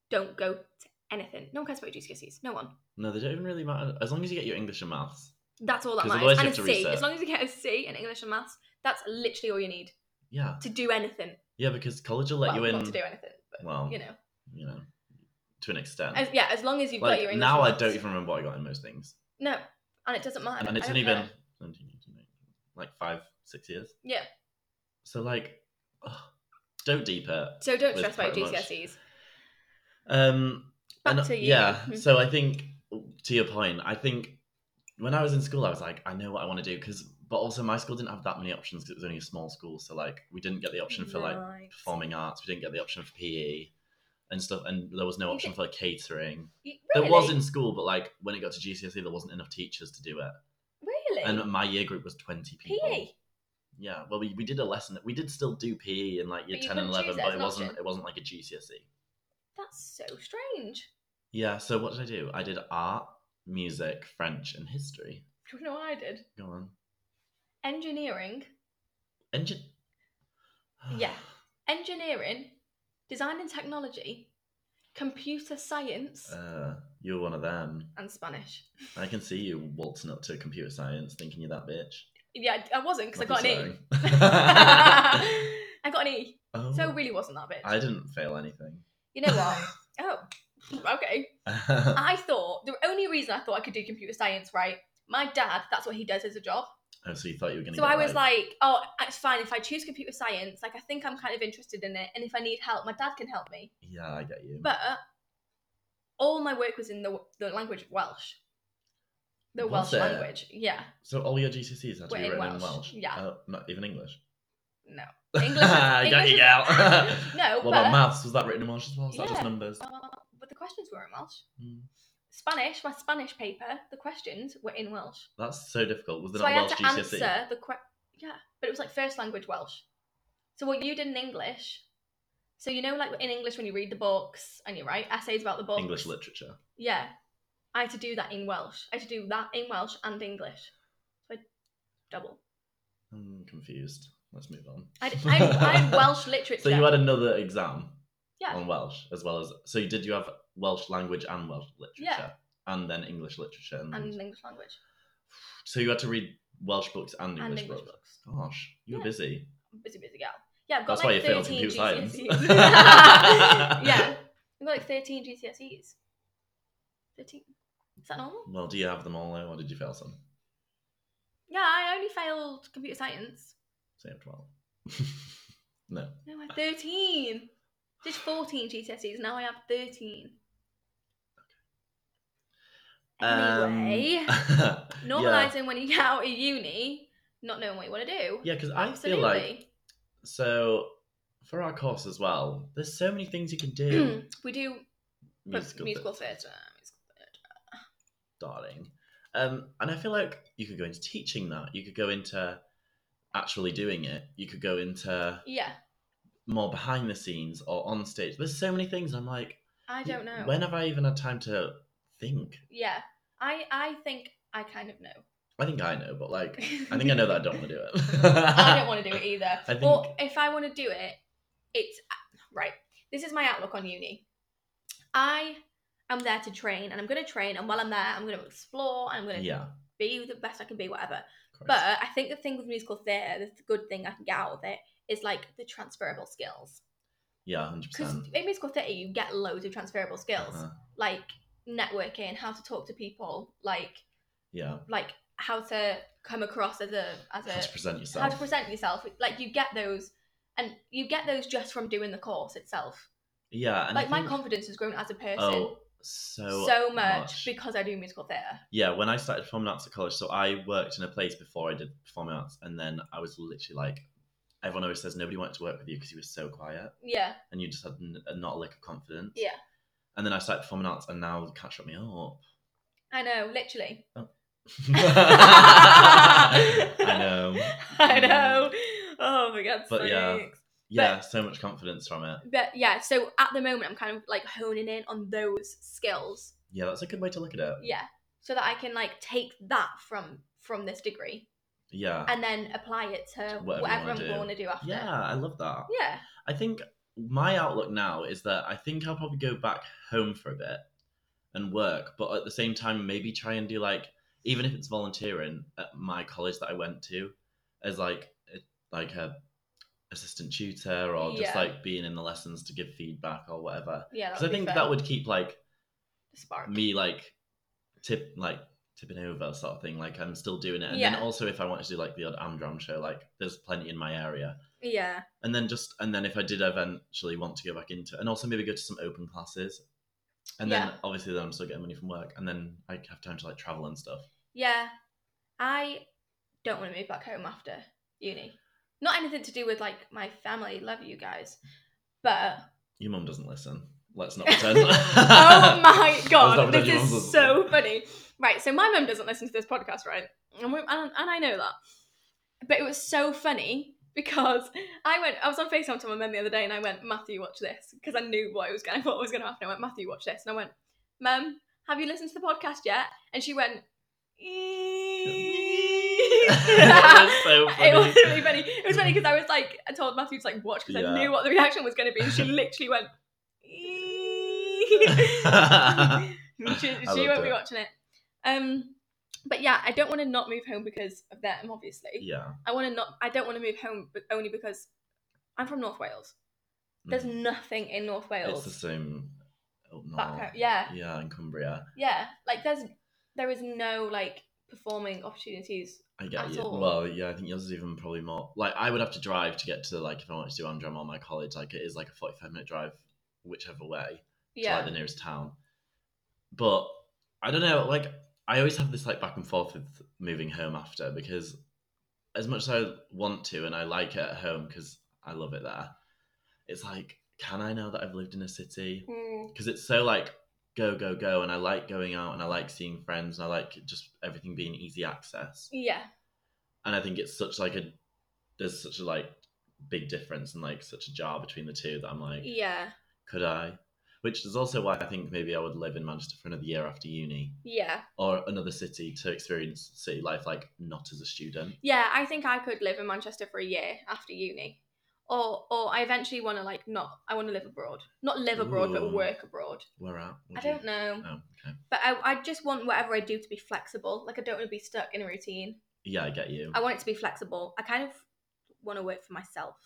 Speaker 2: don't go to anything. No one cares about your GCSEs. No one.
Speaker 1: No, they don't even really matter as long as you get your English and maths.
Speaker 2: That's all that
Speaker 1: 'Cause otherwise
Speaker 2: matters.
Speaker 1: you
Speaker 2: And a
Speaker 1: have to
Speaker 2: C.
Speaker 1: reset.
Speaker 2: As long as you get a C in English and maths, that's literally all you need
Speaker 1: Yeah,
Speaker 2: to do anything.
Speaker 1: yeah, because college will let
Speaker 2: well,
Speaker 1: you in.
Speaker 2: Not to do anything, but
Speaker 1: well,
Speaker 2: you know.
Speaker 1: you know, to an extent.
Speaker 2: As, yeah, as long as you've got your
Speaker 1: Um, like
Speaker 2: English.
Speaker 1: now,
Speaker 2: and
Speaker 1: I
Speaker 2: maths.
Speaker 1: don't even remember what I got in most things,
Speaker 2: No, and it doesn't matter.
Speaker 1: and, it's
Speaker 2: I don't
Speaker 1: only been
Speaker 2: care.
Speaker 1: 17, 18, 19, like five, six years.
Speaker 2: Yeah.
Speaker 1: So like, ugh, don't deep it.
Speaker 2: So don't
Speaker 1: with
Speaker 2: stress about
Speaker 1: pretty
Speaker 2: your
Speaker 1: much-
Speaker 2: GCSEs.
Speaker 1: Um,
Speaker 2: Back
Speaker 1: and-
Speaker 2: to you.
Speaker 1: Yeah.
Speaker 2: Mhm.
Speaker 1: So I think to your point, I think when I was in school, I was like, I know what I want to do because, but also my school didn't have that many options because it was only a small school, so like we didn't get the option for like
Speaker 2: Right.
Speaker 1: performing arts, we didn't get the option for PE and stuff, and there was no
Speaker 2: You
Speaker 1: option
Speaker 2: did-
Speaker 1: for like, catering.
Speaker 2: You-
Speaker 1: There was in school, but like when it got to GCSE, E, there wasn't enough teachers to do it.
Speaker 2: really
Speaker 1: And my year group was 20 people.
Speaker 2: PE.
Speaker 1: Yeah, well, we, we did a lesson. We did still do PE in like year
Speaker 2: But you
Speaker 1: 10 and
Speaker 2: couldn't choose
Speaker 1: 11,
Speaker 2: it
Speaker 1: but
Speaker 2: as
Speaker 1: it
Speaker 2: an
Speaker 1: wasn't
Speaker 2: option.
Speaker 1: it wasn't like a GCSE.
Speaker 2: That's so strange.
Speaker 1: Yeah, so what did I do? I did art, music, French, and history.
Speaker 2: Do you know what I did?
Speaker 1: Go on.
Speaker 2: Engineering.
Speaker 1: Engine.
Speaker 2: Yeah. Engineering, design and technology, computer science,
Speaker 1: Uh, you're one of them.
Speaker 2: and Spanish.
Speaker 1: I can see you waltzing up to computer science thinking you're that bitch.
Speaker 2: Yeah, I wasn't because I got an E.
Speaker 1: an
Speaker 2: I got an E,
Speaker 1: oh,
Speaker 2: so it really wasn't that bit.
Speaker 1: I didn't fail anything.
Speaker 2: You know what? oh, okay. I thought the only reason I thought I could do computer science, right? My dad, that's what he does as a job.
Speaker 1: oh, so you thought you were going to
Speaker 2: So I was like, oh, it's fine if I choose computer science. Like, I think I'm kind of interested in it, and if I need help, my dad can help me.
Speaker 1: Yeah, I get you.
Speaker 2: But all my work was in the the language Welsh, the
Speaker 1: Was
Speaker 2: Welsh
Speaker 1: it?
Speaker 2: language. Yeah,
Speaker 1: so all your GCSEs had to
Speaker 2: Were
Speaker 1: be
Speaker 2: in
Speaker 1: written in
Speaker 2: Welsh,
Speaker 1: Welsh?
Speaker 2: yeah.
Speaker 1: Oh, not even English?
Speaker 2: no, English.
Speaker 1: I got
Speaker 2: English
Speaker 1: you,
Speaker 2: is-
Speaker 1: gal.
Speaker 2: no,
Speaker 1: What
Speaker 2: but
Speaker 1: about maths? Was that written in Welsh as well? Was that just
Speaker 2: Yeah.
Speaker 1: numbers?
Speaker 2: uh, but the questions were in Welsh.
Speaker 1: Mm.
Speaker 2: Spanish, my Spanish paper, the questions were in Welsh.
Speaker 1: That's so difficult. Was there
Speaker 2: so I had
Speaker 1: not Welsh
Speaker 2: to
Speaker 1: GCSE?
Speaker 2: answer the question. Yeah, but it was like first language Welsh. So what you did in English. So you know, like in English, when you read the books and you write essays about the books.
Speaker 1: English literature.
Speaker 2: Yeah, I had to do that in Welsh. I had to do that in Welsh and English. So I double.
Speaker 1: I'm confused. Let's move on.
Speaker 2: I d- I, I had Welsh literature.
Speaker 1: So you had another exam
Speaker 2: Yeah.
Speaker 1: on Welsh as well as. So did you have Welsh language and Welsh literature?
Speaker 2: Yeah.
Speaker 1: And then English literature. And,
Speaker 2: and English language
Speaker 1: so you had to read Welsh books and
Speaker 2: and
Speaker 1: English,
Speaker 2: English
Speaker 1: books.
Speaker 2: books.
Speaker 1: Gosh, you were
Speaker 2: Yeah.
Speaker 1: busy.
Speaker 2: I'm a busy, busy gal. Yeah, I've got
Speaker 1: That's why
Speaker 2: like
Speaker 1: you failed
Speaker 2: 13
Speaker 1: computer science.
Speaker 2: GCSEs. E. yeah, I've got like 13 GCSEs. 13. Is that normal?
Speaker 1: Well, do you have them all now, or did you fail some?
Speaker 2: Yeah, I only failed computer science.
Speaker 1: So you have twelve. no.
Speaker 2: No, I had 13. Did 14 GCSEs, now I have 13. Anyway,
Speaker 1: Um,
Speaker 2: normalising when you get out of uni, not knowing what you want to do.
Speaker 1: Yeah, because I
Speaker 2: Absolutely.
Speaker 1: feel like so for our course as well. There's so many things you can do.
Speaker 2: we do put musical, theatre. musical theatre.
Speaker 1: darling. Um, and I feel like you could go into teaching that. You could go into actually doing it. You could go into
Speaker 2: Yeah,
Speaker 1: more behind the scenes or on stage. There's so many things. I'm like,
Speaker 2: I don't know.
Speaker 1: When have I even had time to think?
Speaker 2: yeah, I, I think I kind of know.
Speaker 1: I think I know, but like, I think I know that I don't want to do it.
Speaker 2: I don't want to do it either.
Speaker 1: I think-
Speaker 2: Or if I want to do it, it's right. This is my outlook on uni. I am there to train, and I'm going to train, and while I'm there, I'm going to explore, and I'm going to
Speaker 1: Yeah.
Speaker 2: be the best I can be, whatever.
Speaker 1: of course.
Speaker 2: But uh, I think the thing with musical theatre, the good thing I can get out of it is like the transferable skills.
Speaker 1: yeah, hundred
Speaker 2: Because
Speaker 1: percent.
Speaker 2: in musical theatre, you get loads of transferable skills,
Speaker 1: Uh-huh.
Speaker 2: like networking, how to talk to people, like
Speaker 1: Yeah,
Speaker 2: like how to come across as a as
Speaker 1: how to
Speaker 2: a
Speaker 1: present yourself.
Speaker 2: how to present yourself. Like you get those, and you get those just from doing the course itself.
Speaker 1: Yeah, and I
Speaker 2: like my
Speaker 1: think-
Speaker 2: confidence has grown as a person.
Speaker 1: Oh, so
Speaker 2: so much,
Speaker 1: much.
Speaker 2: because I do musical theatre.
Speaker 1: yeah, when I started performing arts at college, so I worked in a place before I did performing arts, and then I was literally like, everyone always says nobody wanted to work with you because you were so quiet
Speaker 2: Yeah,
Speaker 1: and you just had n- not a lick of confidence.
Speaker 2: Yeah.
Speaker 1: And then I started performing arts, and now catch up me up.
Speaker 2: I know, literally.
Speaker 1: I know.
Speaker 2: I know. Oh my god,
Speaker 1: Mm. But yeah.
Speaker 2: sakes.
Speaker 1: Yeah, so much confidence from it.
Speaker 2: But yeah, so at the moment I'm kind of like honing in on those skills.
Speaker 1: Yeah, that's a good way to look at it.
Speaker 2: Yeah. So that I can like take that from from this degree
Speaker 1: Yeah.
Speaker 2: and then apply it to
Speaker 1: Whatever you
Speaker 2: whatever,
Speaker 1: wanna
Speaker 2: I'm
Speaker 1: do.
Speaker 2: going to do after.
Speaker 1: Yeah, I love that.
Speaker 2: Yeah.
Speaker 1: I think my outlook now is that I think I'll probably go back home for a bit and work, but at the same time, maybe try and do like, even if it's volunteering at my college that I went to, as like a, like a assistant tutor or just
Speaker 2: Yeah.
Speaker 1: like being in the lessons to give feedback or whatever.
Speaker 2: Yeah.
Speaker 1: Because I think that would keep like
Speaker 2: spark.
Speaker 1: me like tip like tipping over sort of thing. Like I'm still doing it, and
Speaker 2: Yeah.
Speaker 1: then also if I want to do like the odd Amdram show, like there's plenty in my area
Speaker 2: Yeah.
Speaker 1: and then just and then if I did eventually want to go back into and also maybe go to some open classes, and then
Speaker 2: Yeah.
Speaker 1: obviously then I'm still getting money from work, and then I have time to like travel and stuff.
Speaker 2: Yeah. I don't want to move back home after uni. Not anything to do with like my family. Love you guys. But
Speaker 1: Your mum doesn't listen. Let's not pretend.
Speaker 2: oh my
Speaker 1: not
Speaker 2: god,
Speaker 1: what
Speaker 2: this
Speaker 1: everyone
Speaker 2: is
Speaker 1: does.
Speaker 2: so funny. Right, so my mum doesn't listen to this podcast, right? And, we, and, and I know that. But it was so funny because I went, I was on FaceTime to my mum the other day and I went, Matthew, watch this. Because I knew what, it was going, what was going to happen. I went, Matthew, watch this. And I went, Mum, have you listened to the podcast yet? And she went, "Eh."
Speaker 1: That was so
Speaker 2: It
Speaker 1: funny.
Speaker 2: was really funny. It was funny because I was like, I told Matthew to like watch because
Speaker 1: Yeah.
Speaker 2: I knew what the reaction was going to be, and she literally went. she
Speaker 1: loved
Speaker 2: she won't be
Speaker 1: it.
Speaker 2: watching it. Um, but yeah, I don't want to not move home because of them. Obviously,
Speaker 1: yeah.
Speaker 2: I want to not. I don't want to move home, but only because I'm from North Wales. There's
Speaker 1: Mm.
Speaker 2: nothing in North
Speaker 1: It's
Speaker 2: Wales.
Speaker 1: the same. Oh, no.
Speaker 2: back home. Yeah,
Speaker 1: Yeah, in Cumbria.
Speaker 2: yeah. Like there's there is no like performing opportunities.
Speaker 1: I get
Speaker 2: At
Speaker 1: you.
Speaker 2: all.
Speaker 1: Well, yeah, I think yours is even probably more. Like, I would have to drive to get to, like, if I wanted to do Androm or my college, like, it is like a 45 minute drive, whichever way, to,
Speaker 2: Yeah,
Speaker 1: like, the nearest town. But I don't know, like, I always have this, like, back and forth with moving home after because as much as I want to and I like it at home because I love it there, it's like, can I know that I've lived in a city?
Speaker 2: Mm,
Speaker 1: because it's so like go go go and i like going out and i like seeing friends and i like just everything being easy access
Speaker 2: yeah,
Speaker 1: and i think it's such like a there's such a like big difference and like such a jar between the two that i'm like
Speaker 2: yeah,
Speaker 1: could i which is also why i think maybe i would live in manchester for another year after uni
Speaker 2: yeah.
Speaker 1: or another city to experience city life like not as a student
Speaker 2: Yeah, I think I could live in Manchester for a year after uni. Or or I eventually want to like not I want to live abroad. Not live abroad, but
Speaker 1: Ooh.
Speaker 2: work abroad.
Speaker 1: where at What
Speaker 2: I
Speaker 1: do you-
Speaker 2: don't know.
Speaker 1: oh okay
Speaker 2: But I, I just want whatever I do to be flexible. Like I don't want to be stuck in a routine.
Speaker 1: yeah i get you
Speaker 2: I want it to be flexible. I kind of want to work for myself.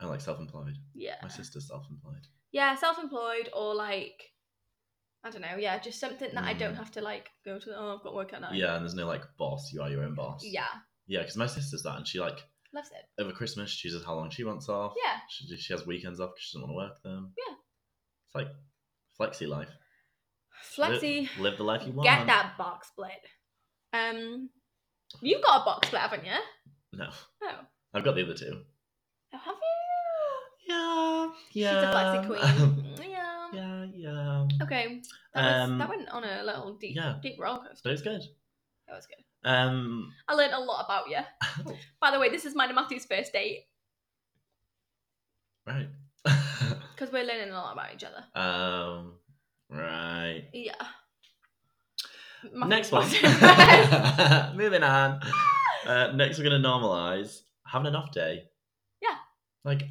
Speaker 1: i like self-employed
Speaker 2: Yeah.
Speaker 1: my sister's self-employed
Speaker 2: Yeah, self-employed or like I don't know. Yeah, just something that I don't
Speaker 1: Mm.
Speaker 2: have to like go to oh, I've got work at night.
Speaker 1: yeah and there's no like boss you are your own boss
Speaker 2: Yeah.
Speaker 1: yeah because my sister's that and she like
Speaker 2: Loves it.
Speaker 1: over Christmas, she chooses how long she wants off.
Speaker 2: Yeah.
Speaker 1: She, she has weekends off because she doesn't want to work them.
Speaker 2: Yeah.
Speaker 1: It's like flexi life. Li-
Speaker 2: Flexi.
Speaker 1: Live, the life you want.
Speaker 2: Get that box split. Um, you've got a box split, haven't you?
Speaker 1: No.
Speaker 2: Oh,
Speaker 1: I've got the other two.
Speaker 2: oh have you?
Speaker 1: Yeah. Yeah.
Speaker 2: She's a flexi queen. yeah.
Speaker 1: yeah, yeah.
Speaker 2: Okay. That, was,
Speaker 1: Um,
Speaker 2: that went on a little deep,
Speaker 1: yeah.
Speaker 2: deep roller coaster.
Speaker 1: But it's good.
Speaker 2: That was good.
Speaker 1: Um,
Speaker 2: I learned a lot about you. By the way, this is mine and Matthew's first date
Speaker 1: right.
Speaker 2: because we're learning a lot about each other.
Speaker 1: um, right.
Speaker 2: Yeah.
Speaker 1: Next
Speaker 2: Matthew's
Speaker 1: one.
Speaker 2: first-
Speaker 1: Moving on. Uh, next, we're going to normalize having an off day.
Speaker 2: Yeah.
Speaker 1: Like,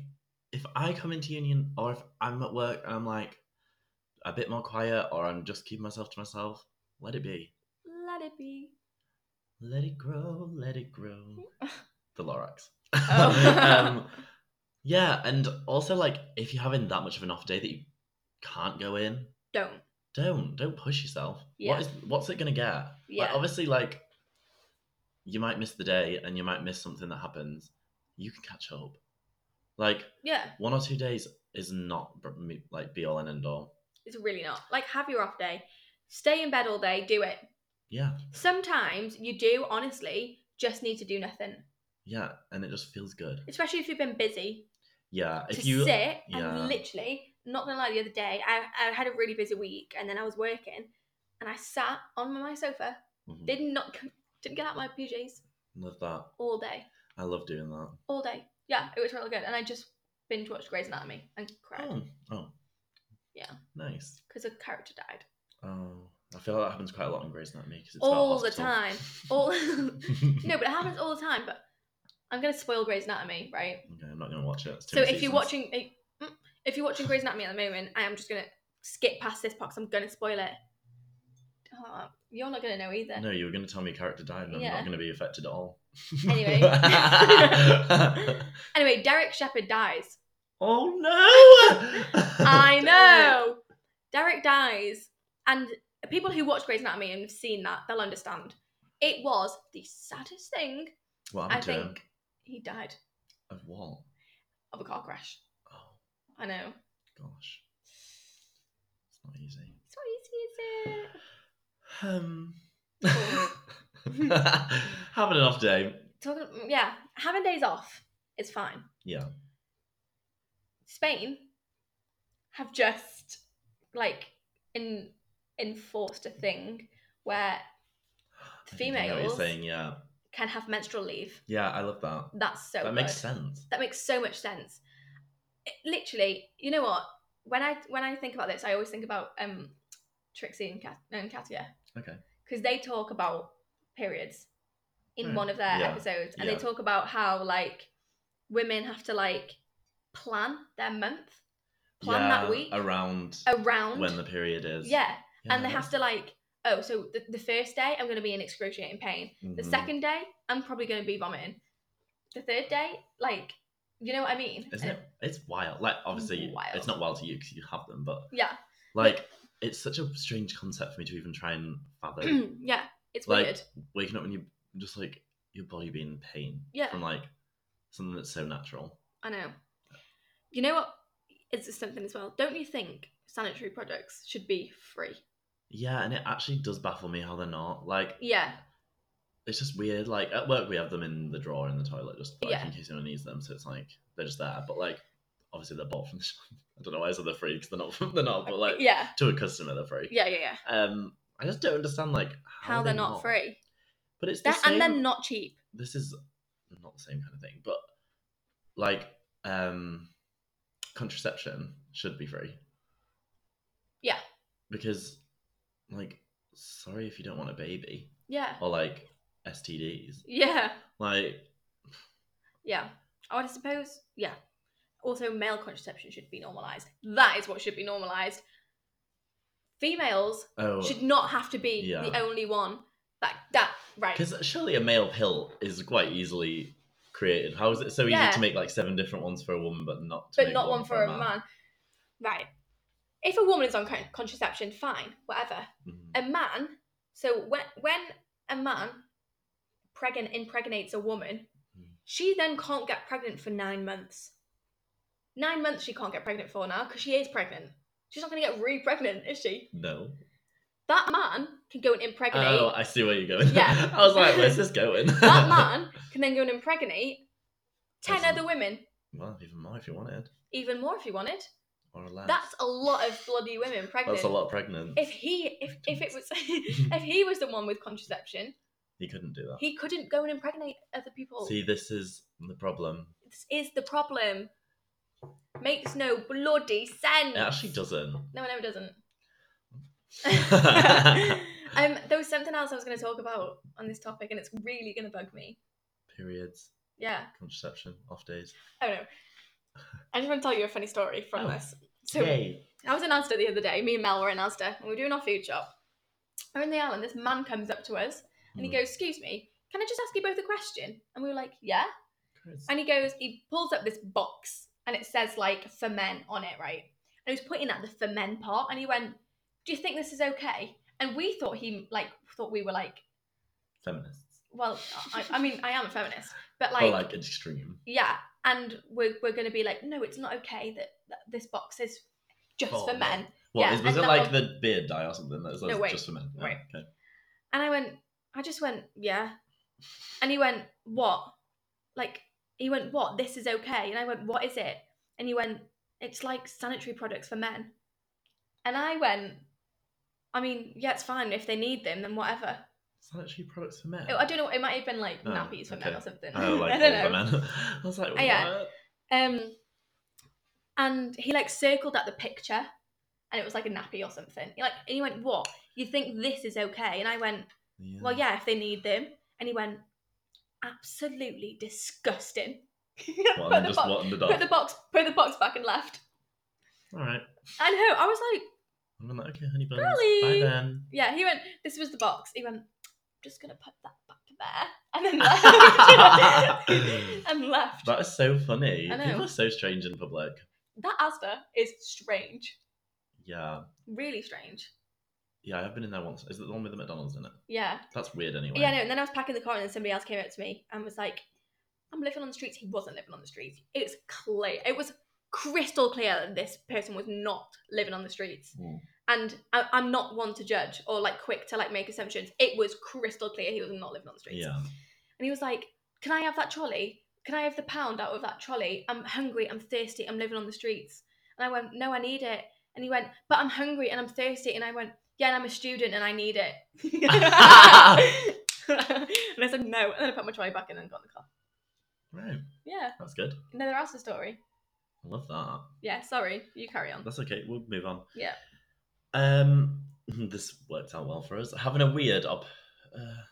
Speaker 1: if I come into union or if I'm at work and I'm like a bit more quiet or I'm just keeping myself to myself, let it be.
Speaker 2: Let it be.
Speaker 1: Let it grow, let it grow. The Lorax.
Speaker 2: Oh.
Speaker 1: um, yeah, and also, like, if you're having that much of an off day that you can't go in,
Speaker 2: Don't.
Speaker 1: don't don't push yourself.
Speaker 2: Yeah.
Speaker 1: What is what's it gonna get? Like
Speaker 2: Yeah.
Speaker 1: obviously like you might miss the day and you might miss something that happens. You can catch up. Like
Speaker 2: Yeah.
Speaker 1: one or two days is not br- me- like be all and end all.
Speaker 2: It's really not. Like, have your off day. Stay in bed all day. Do it.
Speaker 1: Yeah,
Speaker 2: Sometimes you do, honestly, just need to do nothing.
Speaker 1: yeah, and it just feels good.
Speaker 2: Especially if you've been busy.
Speaker 1: Yeah, if
Speaker 2: to
Speaker 1: you
Speaker 2: sit
Speaker 1: yeah.
Speaker 2: and literally, not gonna lie, the other day, I, I had a really busy week and then I was working and I sat on my sofa,
Speaker 1: Mhm.
Speaker 2: did not didn't get out my PJs
Speaker 1: love that.
Speaker 2: all day.
Speaker 1: I love doing that.
Speaker 2: All day. Yeah, it was really good. And I just binge watched Grey's Anatomy and cried
Speaker 1: Oh, oh,
Speaker 2: Yeah.
Speaker 1: nice.
Speaker 2: because a character died.
Speaker 1: Oh, I feel like that happens quite a lot in Grey's Anatomy because it's about
Speaker 2: all the
Speaker 1: hospital.
Speaker 2: time. All No, but it happens all the time, but I'm gonna spoil Grey's Anatomy, right?
Speaker 1: okay, I'm not gonna watch it. It's too
Speaker 2: So if
Speaker 1: many
Speaker 2: you're
Speaker 1: seasons.
Speaker 2: watching, mm, if you're watching Grey's Anatomy at the moment, I am just gonna skip past this part 'cause I'm gonna spoil it. Oh, you're not gonna know either.
Speaker 1: No, you were going to tell me character died, and I'm
Speaker 2: Yeah.
Speaker 1: not going to be affected at all.
Speaker 2: Anyway. Anyway, Derek Shepherd dies.
Speaker 1: oh no!
Speaker 2: I know. Derek dies, and people who watch Grey's Anatomy and have seen that, they'll understand. It was the saddest thing.
Speaker 1: What
Speaker 2: I
Speaker 1: happened to him?
Speaker 2: think he died
Speaker 1: Of what?
Speaker 2: of a car crash.
Speaker 1: Oh
Speaker 2: I know.
Speaker 1: gosh, it's not easy.
Speaker 2: It's not easy, is it?
Speaker 1: Um,
Speaker 2: Oh.
Speaker 1: having an off day.
Speaker 2: Talking, yeah, having days off is fine.
Speaker 1: Yeah.
Speaker 2: Spain have just like in enforced a thing where
Speaker 1: I think I know what
Speaker 2: Females.
Speaker 1: you're saying. Yeah,
Speaker 2: can have menstrual leave.
Speaker 1: yeah, I love that.
Speaker 2: That's so
Speaker 1: that makes
Speaker 2: good.
Speaker 1: sense.
Speaker 2: That makes so much sense. It- literally, you know what? When I when I think about this, I always think about um Trixie and, Kat- and Katia
Speaker 1: Okay.
Speaker 2: because they talk about periods in
Speaker 1: Hmm.
Speaker 2: one of their
Speaker 1: Yeah.
Speaker 2: episodes, and
Speaker 1: Yeah.
Speaker 2: they talk about how like women have to like plan their month, plan that week
Speaker 1: around
Speaker 2: around
Speaker 1: when the period is.
Speaker 2: yeah, and they
Speaker 1: Yeah,
Speaker 2: have to like oh, so the, the first day I'm going to be in excruciating pain. The
Speaker 1: mhm.
Speaker 2: second day I'm probably going to be vomiting. The third day, like you know what I mean?
Speaker 1: Isn't it? It's wild. Like, obviously,
Speaker 2: Wild.
Speaker 1: it's not wild to you because you have them, but
Speaker 2: Yeah,
Speaker 1: like, it's such a strange concept for me to even try and fathom.
Speaker 2: yeah, it's
Speaker 1: Like-
Speaker 2: weird.
Speaker 1: Waking up and you just like your body being in pain
Speaker 2: Yeah.
Speaker 1: from like something that's so natural.
Speaker 2: I know. You know what? It's something as well. Don't you think sanitary products should be free?
Speaker 1: Yeah, and it actually does baffle me how they're not. Like,
Speaker 2: Yeah,
Speaker 1: it's just weird. Like at work, we have them in the drawer in the toilet, just like,
Speaker 2: Yeah.
Speaker 1: in case anyone needs them. So it's like they're just there. But like, obviously they're bought from the shop. I don't know why I said they're free because they're not. They're not. Oh, But like
Speaker 2: yeah,
Speaker 1: to a customer, they're free.
Speaker 2: yeah, yeah, yeah.
Speaker 1: Um, I just don't understand like
Speaker 2: How, they're not, free,
Speaker 1: But it's the
Speaker 2: they're,
Speaker 1: same.
Speaker 2: and they're not cheap.
Speaker 1: This is not the same kind of thing, but like um, contraception should be free.
Speaker 2: Yeah.
Speaker 1: Because, like, sorry if you don't want a baby
Speaker 2: Yeah,
Speaker 1: or like STDs,
Speaker 2: yeah,
Speaker 1: like.
Speaker 2: yeah. Oh, I suppose. Yeah. Also, male contraception should be normalized. That is what should be normalized. Females
Speaker 1: Oh,
Speaker 2: should not have to be
Speaker 1: Yeah.
Speaker 2: the only one that that right.
Speaker 1: Because surely a male pill is quite easily created. How is it so easy
Speaker 2: Yeah.
Speaker 1: to make like seven different ones for a woman, but not to
Speaker 2: but
Speaker 1: make
Speaker 2: not one for a man. Right. If a woman is on con- contraception, fine, whatever.
Speaker 1: Mhm.
Speaker 2: A man, so when when a man pregnant impregnates a woman,
Speaker 1: Mhm.
Speaker 2: she then can't get pregnant for nine months. Nine months she can't get pregnant for now because she is pregnant. She's not going to get re-pregnant, is she?
Speaker 1: No.
Speaker 2: That man can go and impregnate.
Speaker 1: Oh, I see where you're going.
Speaker 2: Yeah.
Speaker 1: I was like, where's this going?
Speaker 2: That man can then go and impregnate ten
Speaker 1: Doesn't-
Speaker 2: other women,
Speaker 1: Well, even more if you wanted,
Speaker 2: even more if he wanted.
Speaker 1: or less.
Speaker 2: That's a lot of bloody women pregnant.
Speaker 1: That's a lot pregnant.
Speaker 2: if he if, if it was if he was the one with contraception
Speaker 1: He couldn't do that.
Speaker 2: he couldn't go and impregnate other people
Speaker 1: See, this is the problem.
Speaker 2: this is the problem makes no bloody sense
Speaker 1: It actually doesn't.
Speaker 2: no no it doesn't
Speaker 1: Period.
Speaker 2: um there was something else i was going to talk about on this topic and it's really going to bug me
Speaker 1: Periods,
Speaker 2: yeah
Speaker 1: contraception, off days.
Speaker 2: i don't know i just want to tell you a funny story from
Speaker 1: Oh.
Speaker 2: this so
Speaker 1: Yay.
Speaker 2: I was in Asda the other day. Me and Mel were in Asda, and we were doing our food shop. We're in the aisle, and this man comes up to us, and
Speaker 1: Mm.
Speaker 2: he goes, "Excuse me, can I just ask you both a question?" And we were like, "Yeah."
Speaker 1: Chris.
Speaker 2: And he goes, he pulls up this box, and it says like "for men" on it, right? And he was pointing at the "for men" part, and he went, "Do you think this is okay?" And we thought he like thought we were like,
Speaker 1: Feminists.
Speaker 2: well, I, I mean, I am a feminist, but
Speaker 1: Like, or like extreme.
Speaker 2: yeah and we're, we're going to be like no it's not okay that, that this box is just
Speaker 1: Oh,
Speaker 2: for
Speaker 1: no.
Speaker 2: men
Speaker 1: What
Speaker 2: Yeah,
Speaker 1: is was
Speaker 2: and that
Speaker 1: it
Speaker 2: one-
Speaker 1: like the beard dye or something that was
Speaker 2: No, wait.
Speaker 1: just for men? Yeah,
Speaker 2: Wait.
Speaker 1: Okay.
Speaker 2: and i went i just went yeah and he went what like he went what this is okay and i went what is it and he went it's like sanitary products for men and i went i mean yeah it's fine if they need them then whatever
Speaker 1: Sanitary products for men.
Speaker 2: Oh, i don't know it might have been like
Speaker 1: Oh,
Speaker 2: nappies for men
Speaker 1: okay.
Speaker 2: or something
Speaker 1: Oh,
Speaker 2: i
Speaker 1: like all
Speaker 2: don't know
Speaker 1: the men. I was like, what?
Speaker 2: Oh, yeah. Um, and he like circled at the picture, and it was like a nappy or something. He like and he went, "What? You think this is okay?" And I went,
Speaker 1: Yeah.
Speaker 2: "Well, yeah, if they need them." And he went, "Absolutely disgusting."
Speaker 1: What,
Speaker 2: put,
Speaker 1: and
Speaker 2: the
Speaker 1: just
Speaker 2: box,
Speaker 1: what in the dog?
Speaker 2: put the box, put the box back, and left.
Speaker 1: All right.
Speaker 2: I know. I was like,
Speaker 1: I'm like, okay, honey buns. Bye
Speaker 2: Girly.
Speaker 1: then.
Speaker 2: "Yeah." He went, "This was the box." He went, "I'm "Just gonna put that back there," and then left. and left.
Speaker 1: That is so funny.
Speaker 2: I know.
Speaker 1: People are so strange in public.
Speaker 2: That Asda is strange.
Speaker 1: Yeah.
Speaker 2: Really strange.
Speaker 1: Yeah, I've been in there once. Is it the one with the McDonald's in it?
Speaker 2: Yeah.
Speaker 1: That's weird anyway.
Speaker 2: Yeah, no, and then I was packing the car and then somebody else came up to me and was like, I'm living on the streets. He wasn't living on the streets. It was clear. It was crystal clear that this person was not living on the streets.
Speaker 1: Mm.
Speaker 2: And I, I'm not one to judge or like quick to like make assumptions. It was crystal clear he was not living on the streets.
Speaker 1: Yeah.
Speaker 2: And he was like, Can I have that trolley? Can I have the pound out of that trolley? I'm hungry, I'm thirsty, I'm living on the streets. And I went, No, I need it. And he went, But I'm hungry and I'm thirsty. And I went, Yeah, and I'm a student and I need it. and I said, No. And then I put my trolley back in and got in the car.
Speaker 1: Right.
Speaker 2: Yeah.
Speaker 1: That's good.
Speaker 2: No, there else the story.
Speaker 1: I love that.
Speaker 2: Yeah, sorry. You carry on.
Speaker 1: That's okay. We'll move on.
Speaker 2: Yeah.
Speaker 1: Um, this worked out well for us. Having a weird op. Uh...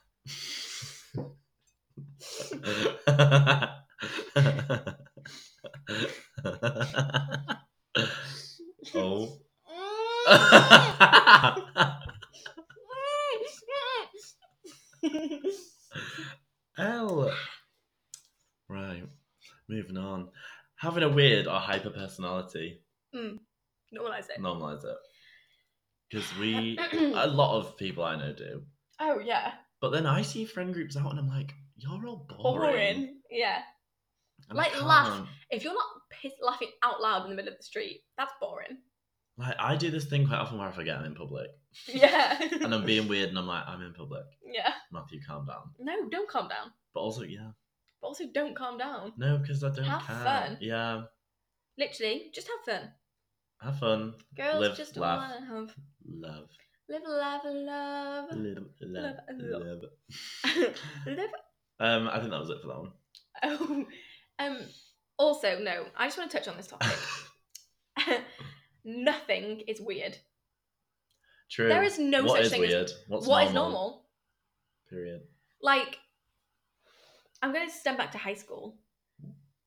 Speaker 1: oh. L. Right. Moving on. Having a weird or hyper personality.
Speaker 2: Normalize it.
Speaker 1: Normalize it. Because we, a lot of people I know do.
Speaker 2: Oh yeah.
Speaker 1: But then I see friend groups out and I'm like, you're all boring.
Speaker 2: Boring. Yeah.
Speaker 1: And I
Speaker 2: Like, laugh.
Speaker 1: can't.
Speaker 2: If you're not piss- laughing out loud in the middle of the street, that's boring.
Speaker 1: Like, I do this thing quite often where I forget I'm in public.
Speaker 2: Yeah.
Speaker 1: And I'm being weird and I'm like, I'm in public.
Speaker 2: yeah.
Speaker 1: Matthew, calm down.
Speaker 2: No, don't calm down.
Speaker 1: But also, yeah.
Speaker 2: But also, don't calm down.
Speaker 1: No, because I don't
Speaker 2: Have
Speaker 1: care.
Speaker 2: fun.
Speaker 1: Yeah.
Speaker 2: Literally, just have fun.
Speaker 1: Have fun.
Speaker 2: Girls
Speaker 1: Live,
Speaker 2: just
Speaker 1: laugh.
Speaker 2: wanna have
Speaker 1: Love.
Speaker 2: live, laugh, love,
Speaker 1: Love. Love.
Speaker 2: love.
Speaker 1: Love.
Speaker 2: live.
Speaker 1: Um, I think that was it for that one.
Speaker 2: Oh, um. Also, no, I just want to touch on this topic. Nothing is weird.
Speaker 1: True.
Speaker 2: There is no
Speaker 1: What
Speaker 2: such
Speaker 1: is
Speaker 2: thing as
Speaker 1: weird? What's
Speaker 2: what
Speaker 1: normal?
Speaker 2: is normal.
Speaker 1: Period.
Speaker 2: Like, I'm going to stem back to high school,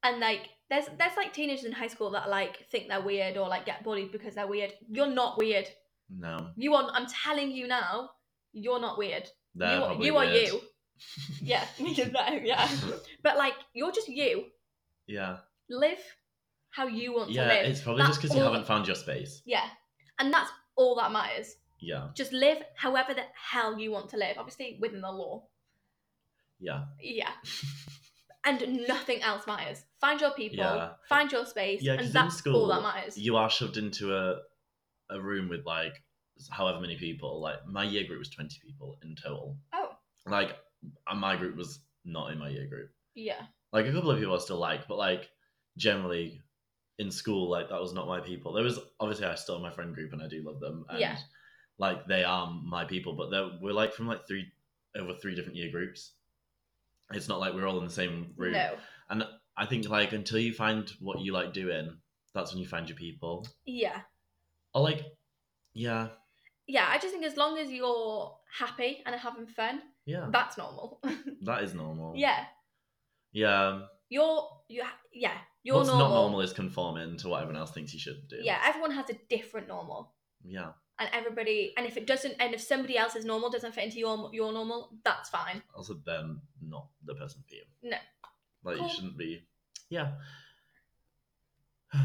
Speaker 2: and like, there's there's like teenagers in high school that like think they're weird or like get bullied because they're weird. You're not weird.
Speaker 1: No.
Speaker 2: You are. I'm telling you now, you're not weird.
Speaker 1: They're
Speaker 2: you are,
Speaker 1: probably
Speaker 2: you are
Speaker 1: weird.
Speaker 2: you. Yeah, yeah. But like, you're just you.
Speaker 1: yeah.
Speaker 2: Live how you want to
Speaker 1: Yeah.
Speaker 2: live.
Speaker 1: It's probably just
Speaker 2: That's
Speaker 1: because you
Speaker 2: all-
Speaker 1: haven't found your space.
Speaker 2: Yeah. And that's all that matters.
Speaker 1: Yeah.
Speaker 2: Just live however the hell you want to live, obviously within the law.
Speaker 1: Yeah.
Speaker 2: Yeah. and nothing else matters. Find your people,
Speaker 1: Yeah.
Speaker 2: find your space,
Speaker 1: Yeah,
Speaker 2: and
Speaker 1: 'cause in
Speaker 2: that's all
Speaker 1: school,
Speaker 2: that matters.
Speaker 1: You are shoved into a a room with like however many people. Like my year group was twenty people in total.
Speaker 2: Oh.
Speaker 1: Like and my group was not in my year group.
Speaker 2: Yeah.
Speaker 1: Like a couple of people I still like, but like generally in school, like that was not my people. There was obviously I still have my friend group and I do love them. And
Speaker 2: Yeah.
Speaker 1: like they are my people, but they we're like from like three over three different year groups. It's not like we're all in the same room.
Speaker 2: No.
Speaker 1: I think like until you find what you like doing, that's when you find your people.
Speaker 2: Yeah.
Speaker 1: Or like, yeah,
Speaker 2: Yeah, I just think as long as you're happy and having fun,
Speaker 1: yeah,
Speaker 2: that's normal.
Speaker 1: that is normal.
Speaker 2: yeah.
Speaker 1: yeah.
Speaker 2: You're you ha- yeah, you're
Speaker 1: What's
Speaker 2: normal.
Speaker 1: not normal is conforming to what everyone else thinks you should do.
Speaker 2: Yeah, everyone has a different normal.
Speaker 1: yeah.
Speaker 2: and everybody and if it doesn't and if somebody else's normal doesn't fit into your your normal that's fine
Speaker 1: Also, them not the person for you.
Speaker 2: No.
Speaker 1: like
Speaker 2: Cool.
Speaker 1: you shouldn't be. Yeah.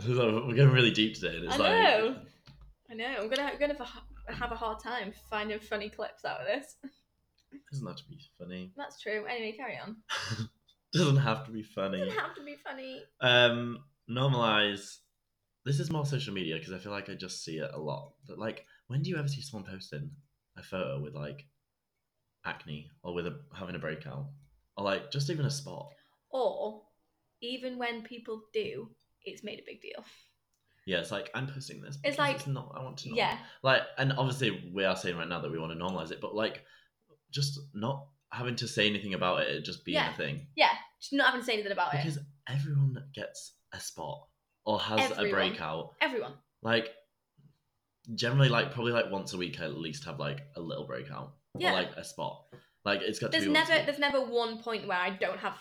Speaker 1: So We're going really deep today, and it's
Speaker 2: i
Speaker 1: like
Speaker 2: know i know i'm gonna I'm gonna have a h- have a hard time finding funny clips out of this
Speaker 1: doesn't have to be funny.
Speaker 2: that's true anyway carry on
Speaker 1: Doesn't have to be funny.
Speaker 2: doesn't have to be funny
Speaker 1: Um, normalize. This is more social media because I feel like I just see it a lot. But like, when do you ever see someone posting a photo with like acne or with a, having a breakout or like just even a spot?
Speaker 2: or even when people do it's made a big deal
Speaker 1: Yeah, it's like I'm posting this. because
Speaker 2: like-
Speaker 1: it's not. I want to. Normal.
Speaker 2: yeah
Speaker 1: Like, and obviously we are saying right now that we want to normalize it, but like, just not having to say anything about it, it just being
Speaker 2: Yeah.
Speaker 1: a thing
Speaker 2: yeah just not having to say anything about it
Speaker 1: because everyone gets a spot or has a
Speaker 2: Everyone.
Speaker 1: breakout.
Speaker 2: everyone
Speaker 1: like generally like probably like once a week I at least have like a little breakout
Speaker 2: Yeah.
Speaker 1: or like a spot like it's got
Speaker 2: there's
Speaker 1: to be once
Speaker 2: never
Speaker 1: a week.
Speaker 2: there's never one point where i don't have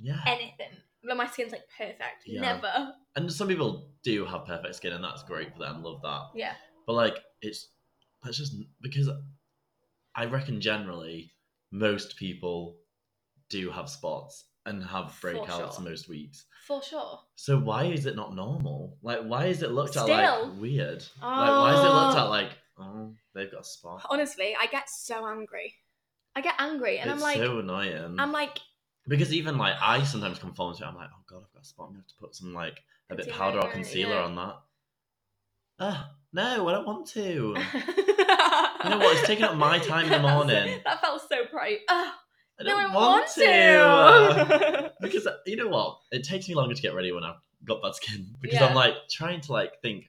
Speaker 1: yeah
Speaker 2: anything Where my skin's like perfect
Speaker 1: Yeah.
Speaker 2: never
Speaker 1: and some people do have perfect skin and that's great for them love that
Speaker 2: Yeah.
Speaker 1: but like it's that's just because I reckon generally most people do have spots and have
Speaker 2: For
Speaker 1: breakouts
Speaker 2: sure.
Speaker 1: most weeks
Speaker 2: for sure
Speaker 1: so why is it not normal like why is it looked at like
Speaker 2: Still.
Speaker 1: weird like why is it looked
Speaker 2: Oh.
Speaker 1: at like oh they've got a spot
Speaker 2: honestly, I get so angry. I get angry, and
Speaker 1: it's
Speaker 2: I'm like,
Speaker 1: so annoying
Speaker 2: I'm like,
Speaker 1: Because even like I sometimes conform to it. I'm like, oh god, I've got a spot. I'm gonna have to put some like a bit of powder or
Speaker 2: Concealer,
Speaker 1: concealer
Speaker 2: yeah.
Speaker 1: on that. Ah, no, I don't want to. You know what? It's taking up my time in the
Speaker 2: That's-
Speaker 1: morning.
Speaker 2: That felt so bright. Ugh,
Speaker 1: I
Speaker 2: no,
Speaker 1: don't
Speaker 2: I want,
Speaker 1: want, to.
Speaker 2: to.
Speaker 1: because you know what? It takes me longer to get ready when I've got bad skin because
Speaker 2: Yeah.
Speaker 1: I'm like trying to like think,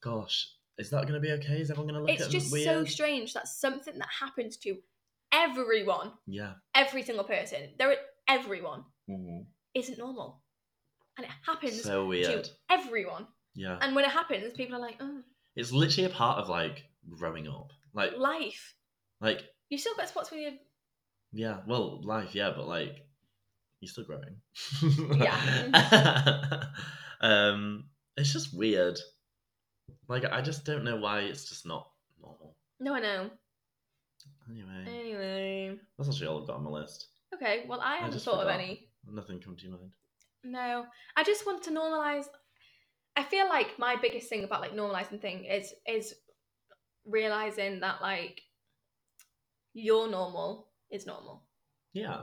Speaker 1: gosh, is that gonna be okay? Is everyone gonna look
Speaker 2: it's
Speaker 1: at
Speaker 2: just
Speaker 1: me
Speaker 2: so
Speaker 1: weird?
Speaker 2: strange that something that happens to everyone,
Speaker 1: yeah.
Speaker 2: every single person, there, everyone
Speaker 1: Mhm.
Speaker 2: isn't normal, and it happens
Speaker 1: So weird.
Speaker 2: to everyone.
Speaker 1: Yeah.
Speaker 2: And when it happens, people are like, oh,
Speaker 1: It's literally a part of like growing up. Like
Speaker 2: life.
Speaker 1: like
Speaker 2: You still got spots when you're
Speaker 1: Yeah, well, life, yeah, but like, you're still growing.
Speaker 2: Yeah.
Speaker 1: um, it's just weird. Like, I just don't know why it's just not normal.
Speaker 2: No, I know. Eh.
Speaker 1: Anyway,
Speaker 2: Anyway.
Speaker 1: that's actually all I've got on my list.
Speaker 2: Okay, well, I haven't
Speaker 1: just
Speaker 2: thought
Speaker 1: forgot.
Speaker 2: of any.
Speaker 1: Nothing come to your mind.
Speaker 2: No, I just want to normalize. I feel like my biggest thing about like normalizing thing is is realizing that like your normal is normal.
Speaker 1: Yeah,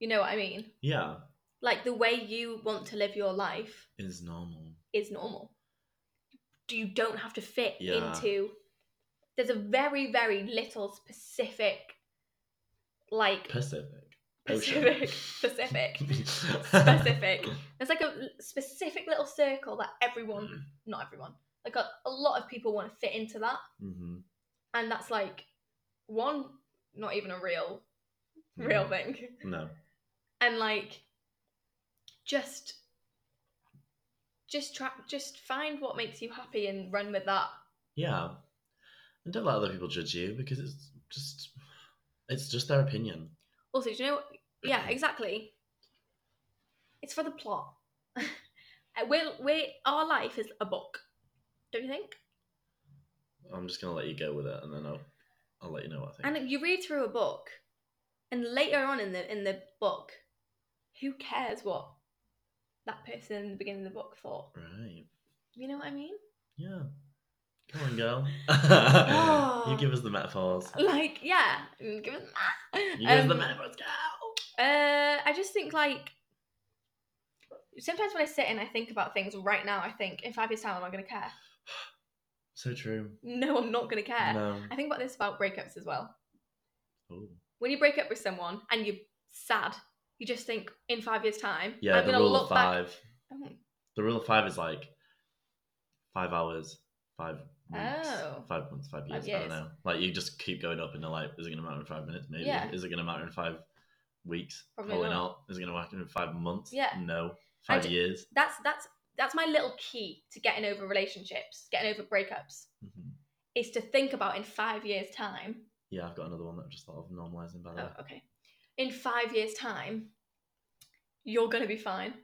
Speaker 2: You know what I mean?
Speaker 1: yeah,
Speaker 2: Like the way you want to live your life
Speaker 1: is normal.
Speaker 2: is normal. Do You don't have to fit
Speaker 1: Yeah.
Speaker 2: into. There's a very very little specific, like
Speaker 1: Pacific.
Speaker 2: Pacific, Pacific, specific. There's like a l- specific little circle that everyone, not everyone, like a, a lot of people want to fit into that,
Speaker 1: hmm
Speaker 2: and that's like one, not even a real, real thing,
Speaker 1: No.
Speaker 2: and like just, just try, just find what makes you happy and run with that.
Speaker 1: Yeah. And don't let other people judge you because it's just it's just their opinion.
Speaker 2: Also, do you know? Yeah, exactly. It's for the plot. we we our life is a book, don't you think?
Speaker 1: I'm just gonna let you go with it and then I'll I'll let you know what I think.
Speaker 2: And you read through a book, and later on in the in the book, who cares what that person in the beginning of the book thought?
Speaker 1: Right.
Speaker 2: You know what I mean?
Speaker 1: Yeah. Come on, girl. you give us the metaphors.
Speaker 2: Like, yeah, mm, give us
Speaker 1: You give us the
Speaker 2: Um,
Speaker 1: metaphors, girl.
Speaker 2: Uh, I just think like sometimes when I sit and I think about things right now, I think in five years' time, am I going to care?
Speaker 1: So true. um,
Speaker 2: No, I'm not going to care.
Speaker 1: No.
Speaker 2: I think about this about breakups as well.
Speaker 1: Ooh.
Speaker 2: When you break up with someone and you're sad, you just think in five years' time,
Speaker 1: Yeah,
Speaker 2: I'm
Speaker 1: the
Speaker 2: going to
Speaker 1: rule of
Speaker 2: look back.
Speaker 1: five.
Speaker 2: Oh.
Speaker 1: The rule of five is like five hours, five weeks,
Speaker 2: Oh.
Speaker 1: five months, five years.
Speaker 2: Five
Speaker 1: I
Speaker 2: years.
Speaker 1: don't know. Like you just keep going up, and they're like, "Is it going to matter in five minutes? Maybe.
Speaker 2: Yeah.
Speaker 1: Is it going to matter in five weeks?
Speaker 2: Probably
Speaker 1: Probably
Speaker 2: not.
Speaker 1: not. Is it going to matter in five months?
Speaker 2: Yeah.
Speaker 1: No. Five
Speaker 2: d-
Speaker 1: years.
Speaker 2: that's that's that's my little key to getting over relationships, getting over breakups,
Speaker 1: Mhm.
Speaker 2: is to think about in five years' time.
Speaker 1: Yeah, I've got another one that I just thought of normalizing. By the way.
Speaker 2: Oh, okay. In five years' time, you're gonna be fine.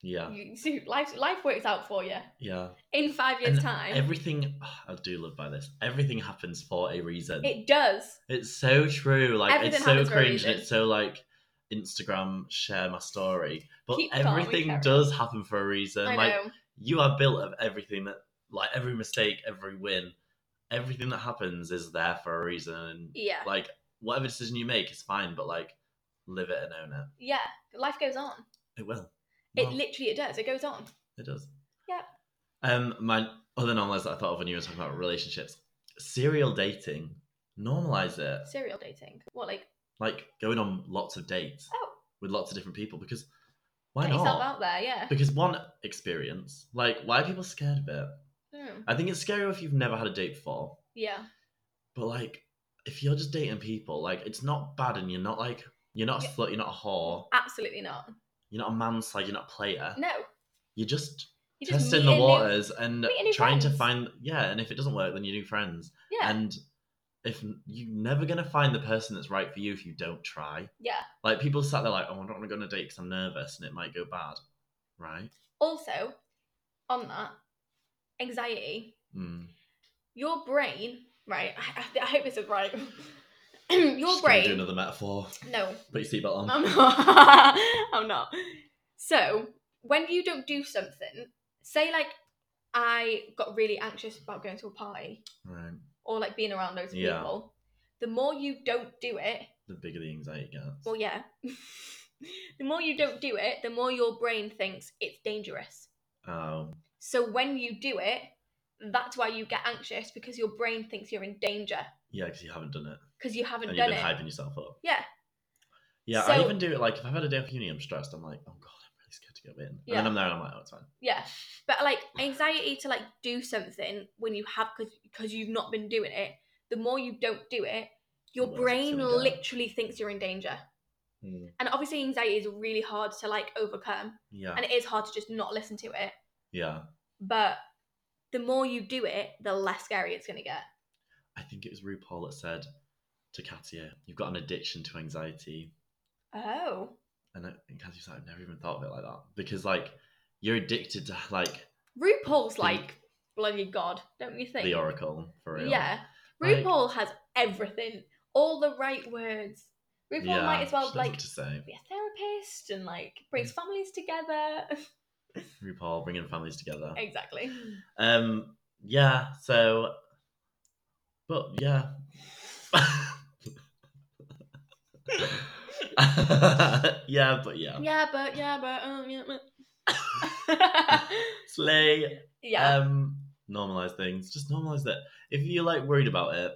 Speaker 1: Yeah.
Speaker 2: You see, life life works out for you.
Speaker 1: Yeah.
Speaker 2: In five years'
Speaker 1: And
Speaker 2: time,
Speaker 1: Everything. I do live by this. Everything happens for a reason.
Speaker 2: it does.
Speaker 1: It's so true. Like
Speaker 2: Everything
Speaker 1: it's so
Speaker 2: happens for a
Speaker 1: cringe and
Speaker 2: reason.
Speaker 1: it's so like Instagram share my story. But
Speaker 2: Keep calm and
Speaker 1: everything
Speaker 2: carry
Speaker 1: does happen for a reason.
Speaker 2: I
Speaker 1: like
Speaker 2: know.
Speaker 1: you are built of everything that like every mistake, every win, everything that happens is there for a reason. And
Speaker 2: Yeah,
Speaker 1: like whatever decision you make is fine, but like live it and own it.
Speaker 2: yeah. Life goes on.
Speaker 1: It will.
Speaker 2: It
Speaker 1: Well,
Speaker 2: literally it does. It goes on.
Speaker 1: it does.
Speaker 2: Yeah.
Speaker 1: Um my other normalize that I thought of when you were talking about relationships. Serial dating. Normalize it.
Speaker 2: Serial dating. What like
Speaker 1: like going on lots of dates
Speaker 2: Oh.
Speaker 1: with lots of different people because why
Speaker 2: get yourself
Speaker 1: not?
Speaker 2: out there? Yeah.
Speaker 1: Because one experience, like why are people scared of it?
Speaker 2: Hmm.
Speaker 1: I think it's scary if you've never had a date before,
Speaker 2: Yeah.
Speaker 1: but like if you're just dating people, like it's not bad and you're not like you're not a
Speaker 2: Yeah.
Speaker 1: slut, you're not a whore,
Speaker 2: Absolutely not.
Speaker 1: you're not a manslag, you're not a player.
Speaker 2: No.
Speaker 1: You're just,
Speaker 2: You
Speaker 1: testing
Speaker 2: meet
Speaker 1: the
Speaker 2: a new-
Speaker 1: waters and
Speaker 2: meet a new
Speaker 1: trying to
Speaker 2: friends.
Speaker 1: find yeah, and if it doesn't work, then you new friends.
Speaker 2: Yeah.
Speaker 1: And if you're never gonna find the person that's right for you if you don't try.
Speaker 2: yeah.
Speaker 1: Like people sat there like, oh, I don't want to go on a date because I'm nervous and it might go bad, right?
Speaker 2: Also, on that, anxiety.
Speaker 1: Mm.
Speaker 2: Your brain, right? I, I, I hope this is right. Your
Speaker 1: Just gonna do
Speaker 2: brain. Um,
Speaker 1: another metaphor.
Speaker 2: No,
Speaker 1: Put your seatbelt on.
Speaker 2: I'm not. I'm not. So when you don't do something, say like I got really anxious about going to a party
Speaker 1: right.
Speaker 2: or like being around loads of
Speaker 1: Yeah.
Speaker 2: people. The more you don't do it,
Speaker 1: The bigger the anxiety gets.
Speaker 2: well, yeah. the more you don't do it, the more your brain thinks it's dangerous.
Speaker 1: Oh,
Speaker 2: So when you do it, that's why you get anxious because your brain thinks you're in danger
Speaker 1: yeah, because you haven't done it
Speaker 2: because you haven't
Speaker 1: and you've
Speaker 2: done
Speaker 1: been
Speaker 2: it.
Speaker 1: hyping yourself up.
Speaker 2: Yeah.
Speaker 1: Yeah, I
Speaker 2: So-
Speaker 1: even do it like if I've had a day off uni, I'm stressed. I'm like, oh god, I'm really scared to go in. And
Speaker 2: Yeah.
Speaker 1: then I'm there and I'm like, oh, it's fine.
Speaker 2: Yeah, but like anxiety to like do something when you have because you've not been doing it. The more you don't do it, your
Speaker 1: The worse it's
Speaker 2: brain
Speaker 1: gonna go.
Speaker 2: literally thinks you're in danger.
Speaker 1: Mm.
Speaker 2: And obviously, anxiety is really hard to like overcome,
Speaker 1: Yeah.
Speaker 2: and it is hard to just not listen to it.
Speaker 1: yeah.
Speaker 2: But the more you do it, the less scary it's gonna get.
Speaker 1: I think it was RuPaul that said, to Katia, you've got an addiction to anxiety.
Speaker 2: Oh.
Speaker 1: And, I, and Katia's like, I've never even thought of it like that. Because, like, you're addicted to, like, Hmm.
Speaker 2: RuPaul's like bloody god, don't you think?
Speaker 1: the Oracle, for real.
Speaker 2: Yeah.
Speaker 1: Like-
Speaker 2: RuPaul has everything, all the right words. RuPaul
Speaker 1: Yeah,
Speaker 2: might as well
Speaker 1: she knows
Speaker 2: like
Speaker 1: what to say.
Speaker 2: be a therapist and like brings
Speaker 1: Hmm.
Speaker 2: families together.
Speaker 1: RuPaul bringing families together.
Speaker 2: Oh. exactly.
Speaker 1: Um, yeah. So, but yeah. yeah, but yeah.
Speaker 2: Yeah, but yeah, but um, yeah, but.
Speaker 1: Slay.
Speaker 2: yeah.
Speaker 1: Um, normalize things. Just normalize that. If you're like worried about it,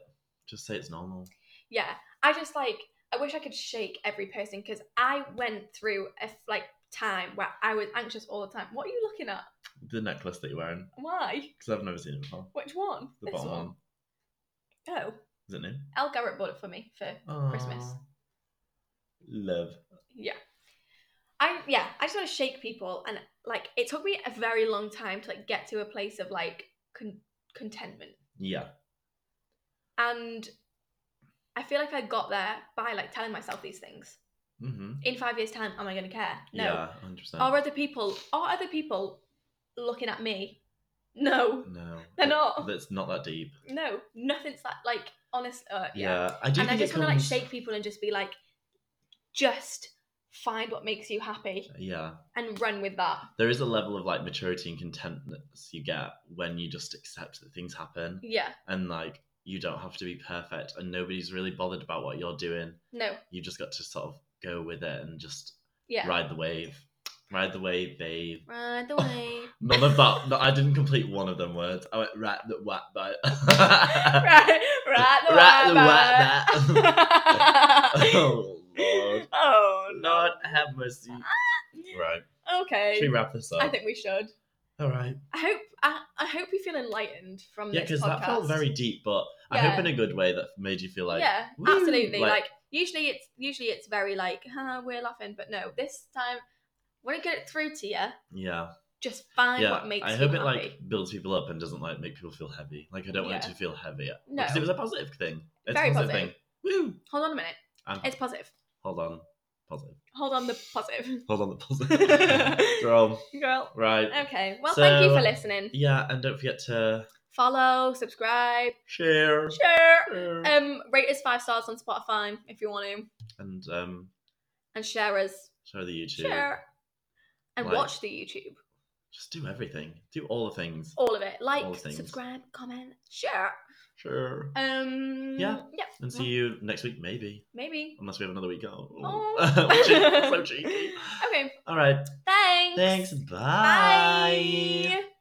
Speaker 1: just say it's normal.
Speaker 2: yeah i just like i wish i could shake every person because i went through a like time where i was anxious all the time what are you looking at
Speaker 1: The necklace that you're wearing,
Speaker 2: why
Speaker 1: because I've never seen it before.
Speaker 2: which one
Speaker 1: The bottom one.
Speaker 2: oh
Speaker 1: Is it new?
Speaker 2: el garrett bought it for me for Christmas.
Speaker 1: Aw. Love.
Speaker 2: yeah i yeah i just want to shake people and like it took me a very long time to like get to a place of like con- contentment
Speaker 1: Yeah.
Speaker 2: and i feel like i got there by like telling myself these things
Speaker 1: Mm-hmm.
Speaker 2: in five years time am i going to care no
Speaker 1: Yeah. Hundred percent.
Speaker 2: Are other people are other people looking at me? No,
Speaker 1: No.
Speaker 2: they're not.
Speaker 1: That's not that deep.
Speaker 2: No, nothing's that like honest. Uh, yeah.
Speaker 1: Yeah, I do.
Speaker 2: and I
Speaker 1: think it
Speaker 2: just want to like
Speaker 1: comes-
Speaker 2: shake people and just be like, just find what makes you happy
Speaker 1: Yeah,
Speaker 2: and run with that.
Speaker 1: there is a level of like maturity and contentness you get when you just accept that things happen
Speaker 2: Yeah.
Speaker 1: and like you don't have to be perfect and nobody's really bothered about what you're doing.
Speaker 2: No.
Speaker 1: You just got to sort of go with it and just
Speaker 2: Yeah.
Speaker 1: ride the wave, ride the wave, babe.
Speaker 2: Ride the wave.
Speaker 1: None of that. No, I didn't complete one of them words. I went rat the whack by.
Speaker 2: right, right the
Speaker 1: Ride the
Speaker 2: wave.
Speaker 1: oh Lord,
Speaker 2: oh
Speaker 1: Lord have mercy. Right,
Speaker 2: Okay.
Speaker 1: should we wrap this up?
Speaker 2: I think we should.
Speaker 1: All right.
Speaker 2: I hope I, I hope you feel enlightened from
Speaker 1: Yeah,
Speaker 2: this
Speaker 1: because
Speaker 2: podcast.
Speaker 1: that felt very deep, but I hope
Speaker 2: Yeah.
Speaker 1: in a good way that made you feel like
Speaker 2: yeah,
Speaker 1: "Woo,"
Speaker 2: absolutely. Like, usually it's usually it's very like huh, we're laughing, but no, this time when I get it through to you,
Speaker 1: yeah,
Speaker 2: just find
Speaker 1: yeah.
Speaker 2: what makes
Speaker 1: I
Speaker 2: you
Speaker 1: hope
Speaker 2: happy.
Speaker 1: it like builds people up and doesn't like make people feel heavy. Like I don't want
Speaker 2: Yeah.
Speaker 1: it to feel heavy.
Speaker 2: No.
Speaker 1: because it was a positive thing. It's
Speaker 2: Very
Speaker 1: a positive, thing. Woo!
Speaker 2: Hold on a minute,
Speaker 1: And
Speaker 2: it's positive.
Speaker 1: hold on, positive.
Speaker 2: Hold on the positive,
Speaker 1: Hold on, the positive. Drum.
Speaker 2: girl.
Speaker 1: Right.
Speaker 2: Okay, well, thank you
Speaker 1: So-
Speaker 2: for listening.
Speaker 1: Yeah, and don't forget to
Speaker 2: Follow, subscribe,
Speaker 1: share.
Speaker 2: share.
Speaker 1: share.
Speaker 2: Um, rate us five stars on Spotify if you want to,
Speaker 1: and um,
Speaker 2: and share us,
Speaker 1: share the YouTube.
Speaker 2: share, and
Speaker 1: Like-
Speaker 2: watch the YouTube.
Speaker 1: Just do everything. Do all the things.
Speaker 2: All of it.
Speaker 1: All
Speaker 2: Like,
Speaker 1: things.
Speaker 2: subscribe, comment, share.
Speaker 1: Sure.
Speaker 2: Um.
Speaker 1: Yeah.
Speaker 2: Yeah.
Speaker 1: And see you next week, maybe,
Speaker 2: Maybe.
Speaker 1: unless we have another week out.
Speaker 2: Oh.
Speaker 1: Which is so cheeky.
Speaker 2: Okay.
Speaker 1: All right.
Speaker 2: Thanks.
Speaker 1: Thanks. Bye.
Speaker 2: Bye.